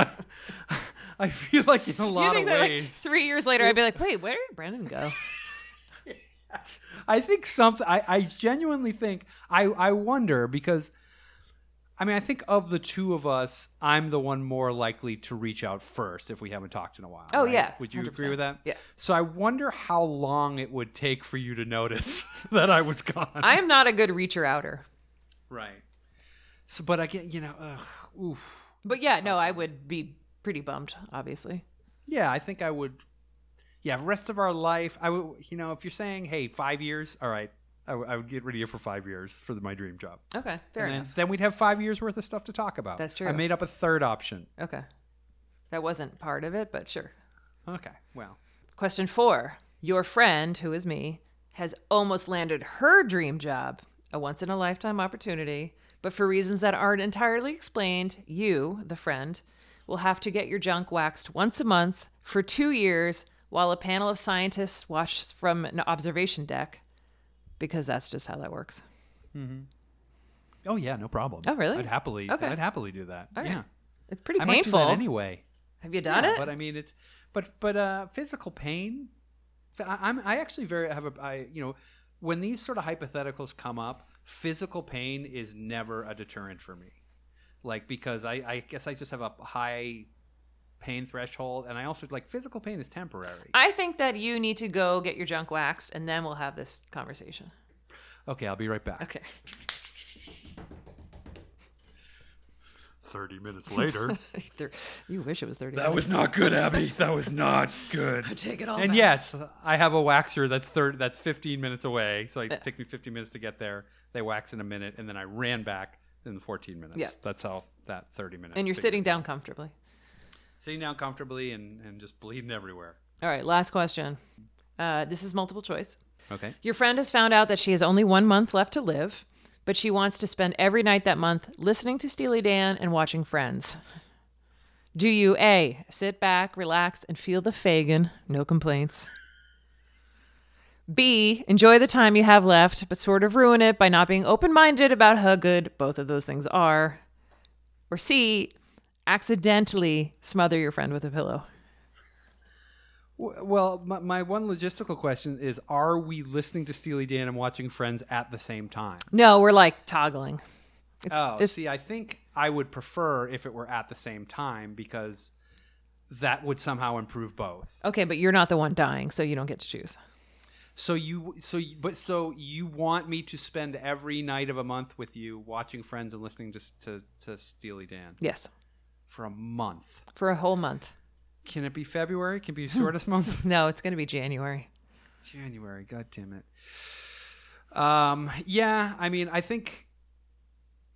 S2: I feel like in a lot of ways.
S1: three years later, I'd be like, wait, where did Brandon go?
S2: I think something. I, I genuinely think. I I wonder because, I mean, I think of the two of us, I'm the one more likely to reach out first if we haven't talked in a while.
S1: Oh,
S2: right?
S1: yeah,
S2: Would you
S1: 100%.
S2: agree with that?
S1: Yeah.
S2: So I wonder how long it would take for you to notice that I was gone.
S1: I am not a good reacher outer.
S2: right. So, but I get you know, ugh, oof.
S1: But yeah, no, I would be pretty bummed, obviously.
S2: Yeah, I think I would. Yeah, rest of our life, I would. You know, if you're saying, hey, five years, all right, I would- I would get rid of you for five years for the, my dream job.
S1: Okay, fair
S2: And then-
S1: enough.
S2: Then, we'd have five years worth of stuff to talk about.
S1: That's
S2: I
S1: true.
S2: made up a third option.
S1: Okay. That wasn't part of it, but sure.
S2: Okay. Well.
S1: Question four Your friend, who is me, has almost landed her dream job, a once in a lifetime opportunity, but for reasons that aren't entirely explained, you, the friend, will have to get your junk waxed once a month for two years while a panel of scientists watch from an observation deck, because that's just how that works.
S2: Oh yeah, no problem.
S1: Oh, really?
S2: I'd happily.
S1: Okay.
S2: I'd happily do that.
S1: All right.
S2: yeah.
S1: It's pretty
S2: I might do
S1: painful.
S2: that anyway.
S1: Have you done
S2: Yeah,
S1: it?
S2: But I mean, it's but but uh, physical pain. F- I, I'm I actually very have a I you know when these sort of hypotheticals come up, physical pain is never a deterrent for me. Like because I I guess I just have a high pain threshold, and I also like physical pain is temporary.
S1: I think that you need to go get your junk waxed and then we'll have this conversation.
S2: Okay, I'll be right back.
S1: Okay.
S2: 30 minutes later.
S1: There- you wish it was 30.
S2: that was not good, Abby. That was not good.
S1: Take it all
S2: And
S1: back.
S2: yes, I have a waxer that's third that's 15 minutes away, so it took me 15 minutes to get there. They wax in a minute and then I ran back in 14 minutes.
S1: Yeah.
S2: That's how that 30 minutes.
S1: And you're sitting down comfortably.
S2: sitting down comfortably and and just bleeding everywhere.
S1: All right, last question. Uh, this is multiple choice.
S2: Okay.
S1: Your friend has found out that she has only one month left to live, but she wants to spend every night that month listening to Steely Dan and watching Friends. Do you A, sit back, relax, and feel the Fagin, no complaints? B, enjoy the time you have left, but sort of ruin it by not being open minded about how good both of those things are? Or C, accidentally smother your friend with a pillow?
S2: W- Well, my, my one logistical question is are we listening to Steely Dan and watching Friends at the same time?
S1: No, we're like toggling.
S2: Oh,
S1: it's-
S2: see, I think I would prefer if it were at the same time because that would somehow improve both.
S1: Okay, but you're not the one dying, so you don't get to choose.
S2: So you, so you, but so you want me to spend every night of a month with you watching Friends and listening to to, to Steely Dan
S1: Yes,
S2: for a month?
S1: for a whole month.
S2: Can it be February? Can it be shortest month?
S1: No, it's going to be January.
S2: January. God damn it. Um. Yeah. I mean, I think.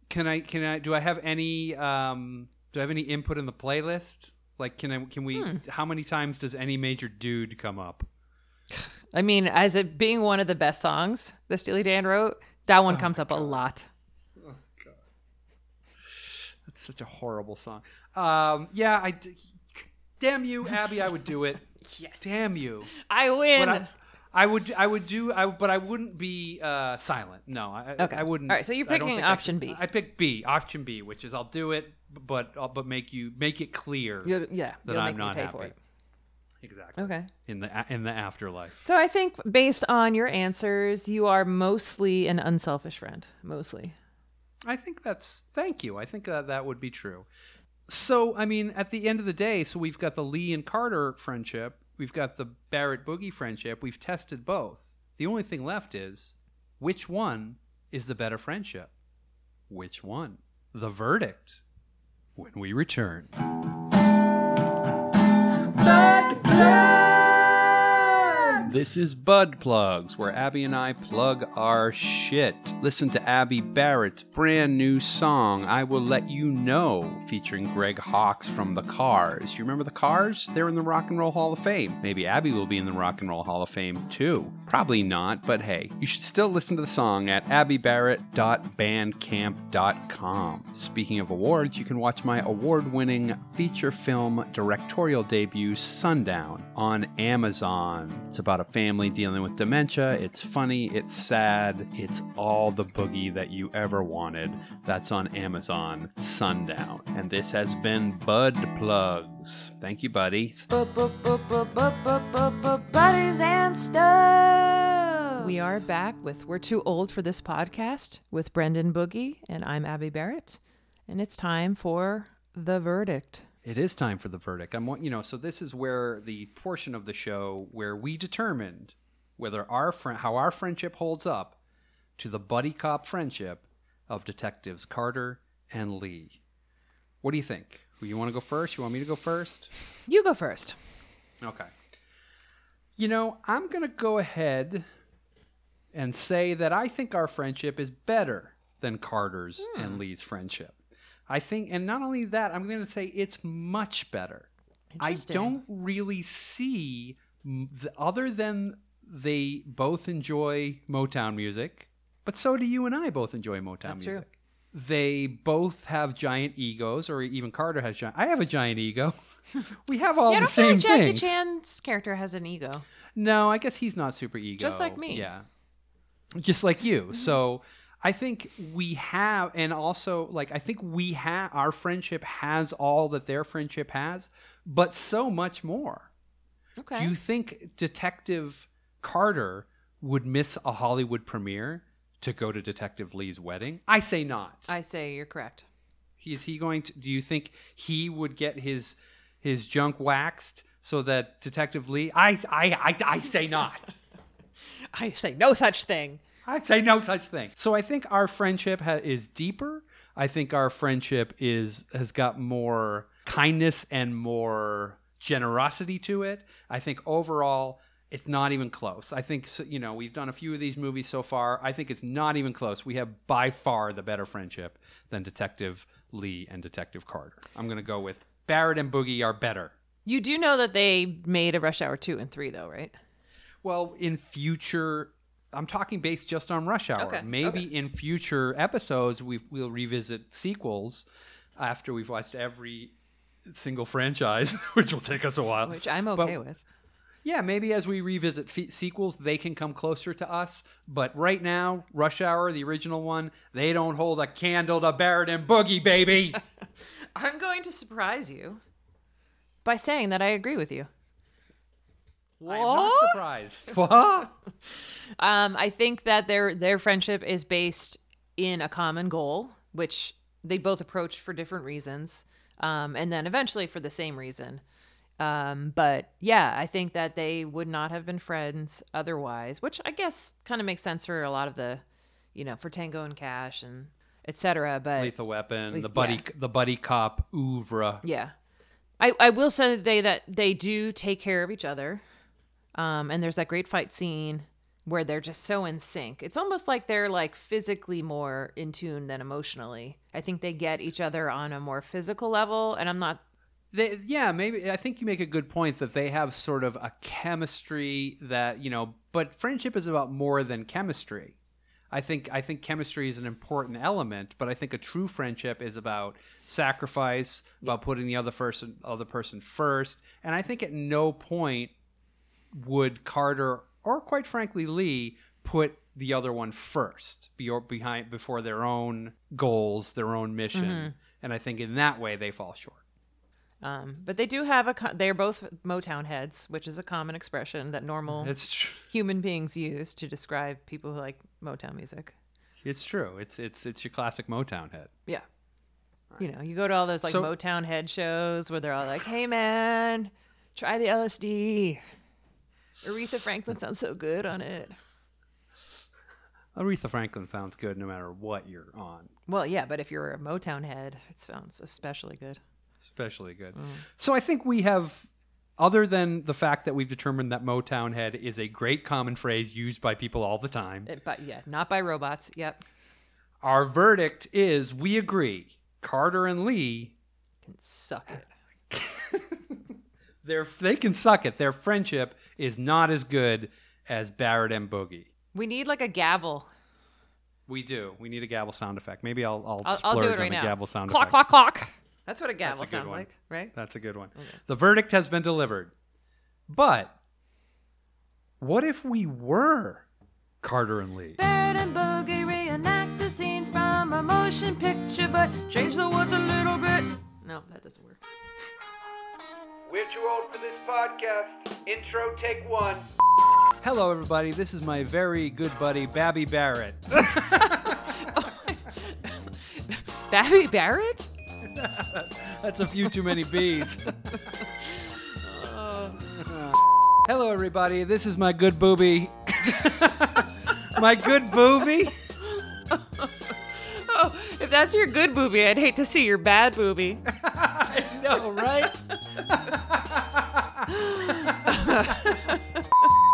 S2: Can I? Can I? Do I have any? Um. Do I have any input in the playlist? Like, can I? Can we? How many times does any major dude come up?
S1: I mean, as it being one of the best songs that Steely Dan wrote, That
S2: Oh
S1: one comes up a lot.
S2: That's such a horrible song. Um, yeah, I. d- Damn you, Abby! I would do it. yes. Damn you.
S1: I win.
S2: But I, I would. I would do. I. But I wouldn't be uh, silent. No. I, I-
S1: Okay.
S2: I wouldn't.
S1: All right, so you're
S2: I don't
S1: picking
S2: think I
S1: option
S2: could-
S1: B.
S2: I pick B. Option B, which is I'll do it, but I'll, but make you make it clear
S1: You'll- yeah,
S2: that
S1: you'll
S2: I'm
S1: make me
S2: not
S1: pay
S2: happy.
S1: for it.
S2: Exactly.
S1: Okay.
S2: In the a- in the afterlife.
S1: So I think based on your answers, you are mostly an unselfish friend. Mostly.
S2: I think that's thank you. I think uh, that would be true. So, I mean, at the end of the day, so we've got the Lee and Carter friendship, we've got the Barrett Boogie friendship. We've tested both. The only thing left is which one is the better friendship? Which one? The verdict when we return. This is Bud Plugs, where Abby and I plug our shit. Listen to Abby Barrett's brand new song, I Will Let You Know, featuring Greg Hawkes from The Cars. You remember The Cars? They're in the Rock and Roll Hall of Fame. Maybe Abby will be in the Rock and Roll Hall of Fame too. Probably not, but hey, you should still listen to the song at abbybarrett.bandcamp.com. Speaking of awards, you can watch my award winning feature film directorial debut, Sundown, on Amazon. It's about a family dealing with dementia. It's funny, it's sad, it's all the boogie that you ever wanted. That's on Amazon, Sundown. And this has been Bud Plugs. Thank you, buddies.
S6: Buddies and stuff.
S1: We are back with We're Too Old for This Podcast with Brendan Boogie, and I'm Abby Barrett. And it's time for the verdict.
S2: It is time for the verdict. I'm, want- you know, so this is where the portion of the show where we determined whether our friend, how our friendship holds up to the buddy cop friendship of detectives Carter and Lee. What do you think? You want to go first? You want me to go first?
S1: You go first.
S2: Okay. You know, I'm going to go ahead and say that I think our friendship is better than Carter's and Lee's friendship. I think, and not only that, I'm going to say it's much better. I
S1: Interesting.
S2: don't really see, m- th- other than they both enjoy Motown music, but so do you and I both enjoy Motown
S1: That's true.
S2: music. They both have giant egos, or even Carter has giant. I have a giant ego. we have all
S1: yeah, I
S2: the
S1: don't feel
S2: same
S1: like Jackie
S2: things.
S1: Chan's character has an ego.
S2: No, I guess he's not super ego.
S1: Just like me.
S2: Yeah. Just like you. So I think we have, and also, like, I think we have, our friendship has all that their friendship has, but so much more.
S1: Okay.
S2: Do you think Detective Carter would miss a Hollywood premiere to go to Detective Lee's wedding? I say not.
S1: I say you're correct.
S2: Is he going to? Do you think he would get his his junk waxed so that Detective Lee? I I I, I say not.
S1: I say no such thing.
S2: I say no such thing. So I think our friendship ha- is deeper. I think our friendship is has got more kindness and more generosity to it. I think overall it's not even close. I think s- you know, we've done a few of these movies so far. I think it's not even close. We have by far the better friendship than Detective Lee and Detective Carter. I'm going to go with Barrett and Boogie are better.
S1: You do know that they made a Rush Hour 2 and 3, though, right?
S2: Well, in future, I'm talking based just on Rush Hour.
S1: Okay,
S2: Maybe in future episodes, we we'll revisit sequels after we've watched every single franchise, which will take us a while.
S1: Which I'm
S2: But-
S1: okay with.
S2: Yeah, maybe as we revisit fe- sequels, they can come closer to us. But right now, Rush Hour, the original one, they don't hold a candle to Barrett and Boogie, baby.
S1: I'm going to surprise you by saying that I agree with you.
S2: I'm not
S1: What?
S2: surprised. What?
S1: Um, I think that their their friendship is based in a common goal, which they both approach for different reasons, um, and then eventually for the same reason. Um, but yeah, I think that they would not have been friends otherwise, which I guess kind of makes sense for a lot of the, you know, for Tango and Cash and etc. But
S2: Lethal Weapon,
S1: Leth-
S2: the buddy,
S1: yeah.
S2: the buddy cop oeuvre.
S1: yeah, I, I will say that they that they do take care of each other, um, and there's that great fight scene where they're just so in sync. It's almost like they're like physically more in tune than emotionally. I think they get each other on a more physical level, and I'm not.
S2: They, yeah, maybe I think you make a good point that they have sort of a chemistry that you know, but friendship is about more than chemistry. I think I think chemistry is an important element, but I think a true friendship is about sacrifice, about putting the other person other person first. And I think at no point would Carter or quite frankly Lee put the other one first be- behind before their own goals, their own mission. And I think in that way they fall short.
S1: Um, but they do have a. co- They're both Motown heads, which is a common expression that normal
S2: It's tr-
S1: human beings use to describe people who like Motown music.
S2: it's true. It's it's it's your classic Motown head.
S1: Yeah. You know, you go to all those like
S2: So-
S1: Motown head shows where they're all like, "Hey man, try the LSD." Aretha Franklin sounds so good on it.
S2: Aretha Franklin sounds good no matter what you're on.
S1: Well, yeah, but if you're a Motown head, it sounds especially good.
S2: Especially good.
S1: Mm.
S2: So I think we have other than the fact that we've determined that Motown head is a great common phrase used by people all the time.
S1: It, but yeah, not by robots. Yep.
S2: Our verdict is we agree. Carter and Lee,
S1: Can suck it.
S2: their they can suck it. Their friendship is not as good as Barrett and Boogie.
S1: We need like a gavel.
S2: We do. We need a gavel sound effect. Maybe I'll I'll,
S1: I'll, I'll do
S2: splurge
S1: it right
S2: on
S1: now.
S2: a gavel sound
S1: clock,
S2: effect.
S1: clock, clock. That's what a gavel
S2: good
S1: sounds
S2: one.
S1: like, right?
S2: That's a good one. The verdict has been delivered. But what if we were Carter and Lee?
S6: Baird and Boogie reenact the scene from a motion picture, but change the words a little bit.
S1: No, that doesn't work.
S2: We're too old for this podcast. Intro take one. Hello, everybody. This is my very good buddy, Babby Barrett.
S1: Babby Barrett?
S2: That's a few too many bees. Hello, everybody. This is my good booby. my good booby?
S1: Oh, if that's your good booby, I'd hate to see your bad booby.
S2: No, right?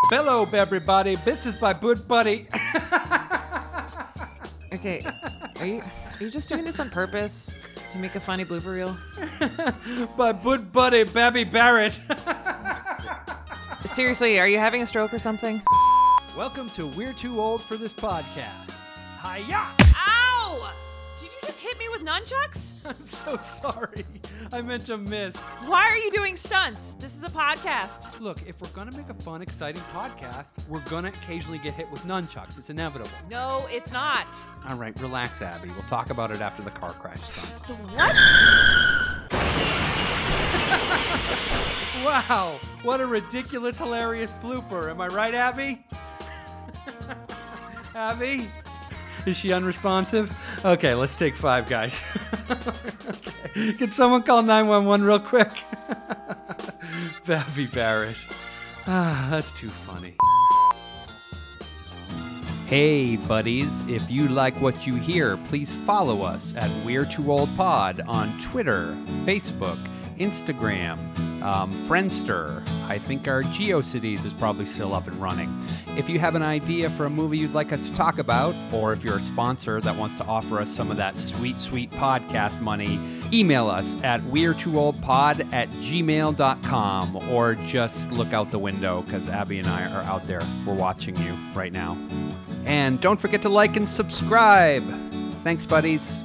S2: Hello, everybody. This is my good buddy.
S1: Okay, are you are you just doing this on purpose to make a funny blooper reel?
S2: my good buddy, Babby Barrett.
S1: Seriously, are you having a stroke or something?
S2: Welcome to We're Too Old for This Podcast. Hiya!
S1: Ow! Did you just hit me with nunchucks?
S2: I'm so sorry. I meant to miss.
S1: Why are you doing stunts? This is a podcast.
S2: Look, if we're gonna make a fun, exciting podcast, we're gonna occasionally get hit with nunchucks. It's inevitable.
S1: No, it's not.
S2: All right, relax, Abby. We'll talk about it after the car crash. Stunt.
S1: What?
S2: wow, what a ridiculous, hilarious blooper. Am I right, Abby? Abby? Is she unresponsive? Okay, let's take five, guys. okay. Can someone call 911 real quick? Babby Barrett. Ah, that's too funny. Hey, buddies, if you like what you hear, please follow us at We're Too Old Pod on Twitter, Facebook, Instagram, um, Friendster. I think our GeoCities is probably still up and running. If you have an idea for a movie you'd like us to talk about, or if you're a sponsor that wants to offer us some of that sweet, sweet podcast money, email us at we're too old pod at gmail.com or just look out the window because Abby and I are out there. We're watching you right now. And don't forget to like and subscribe. Thanks, buddies.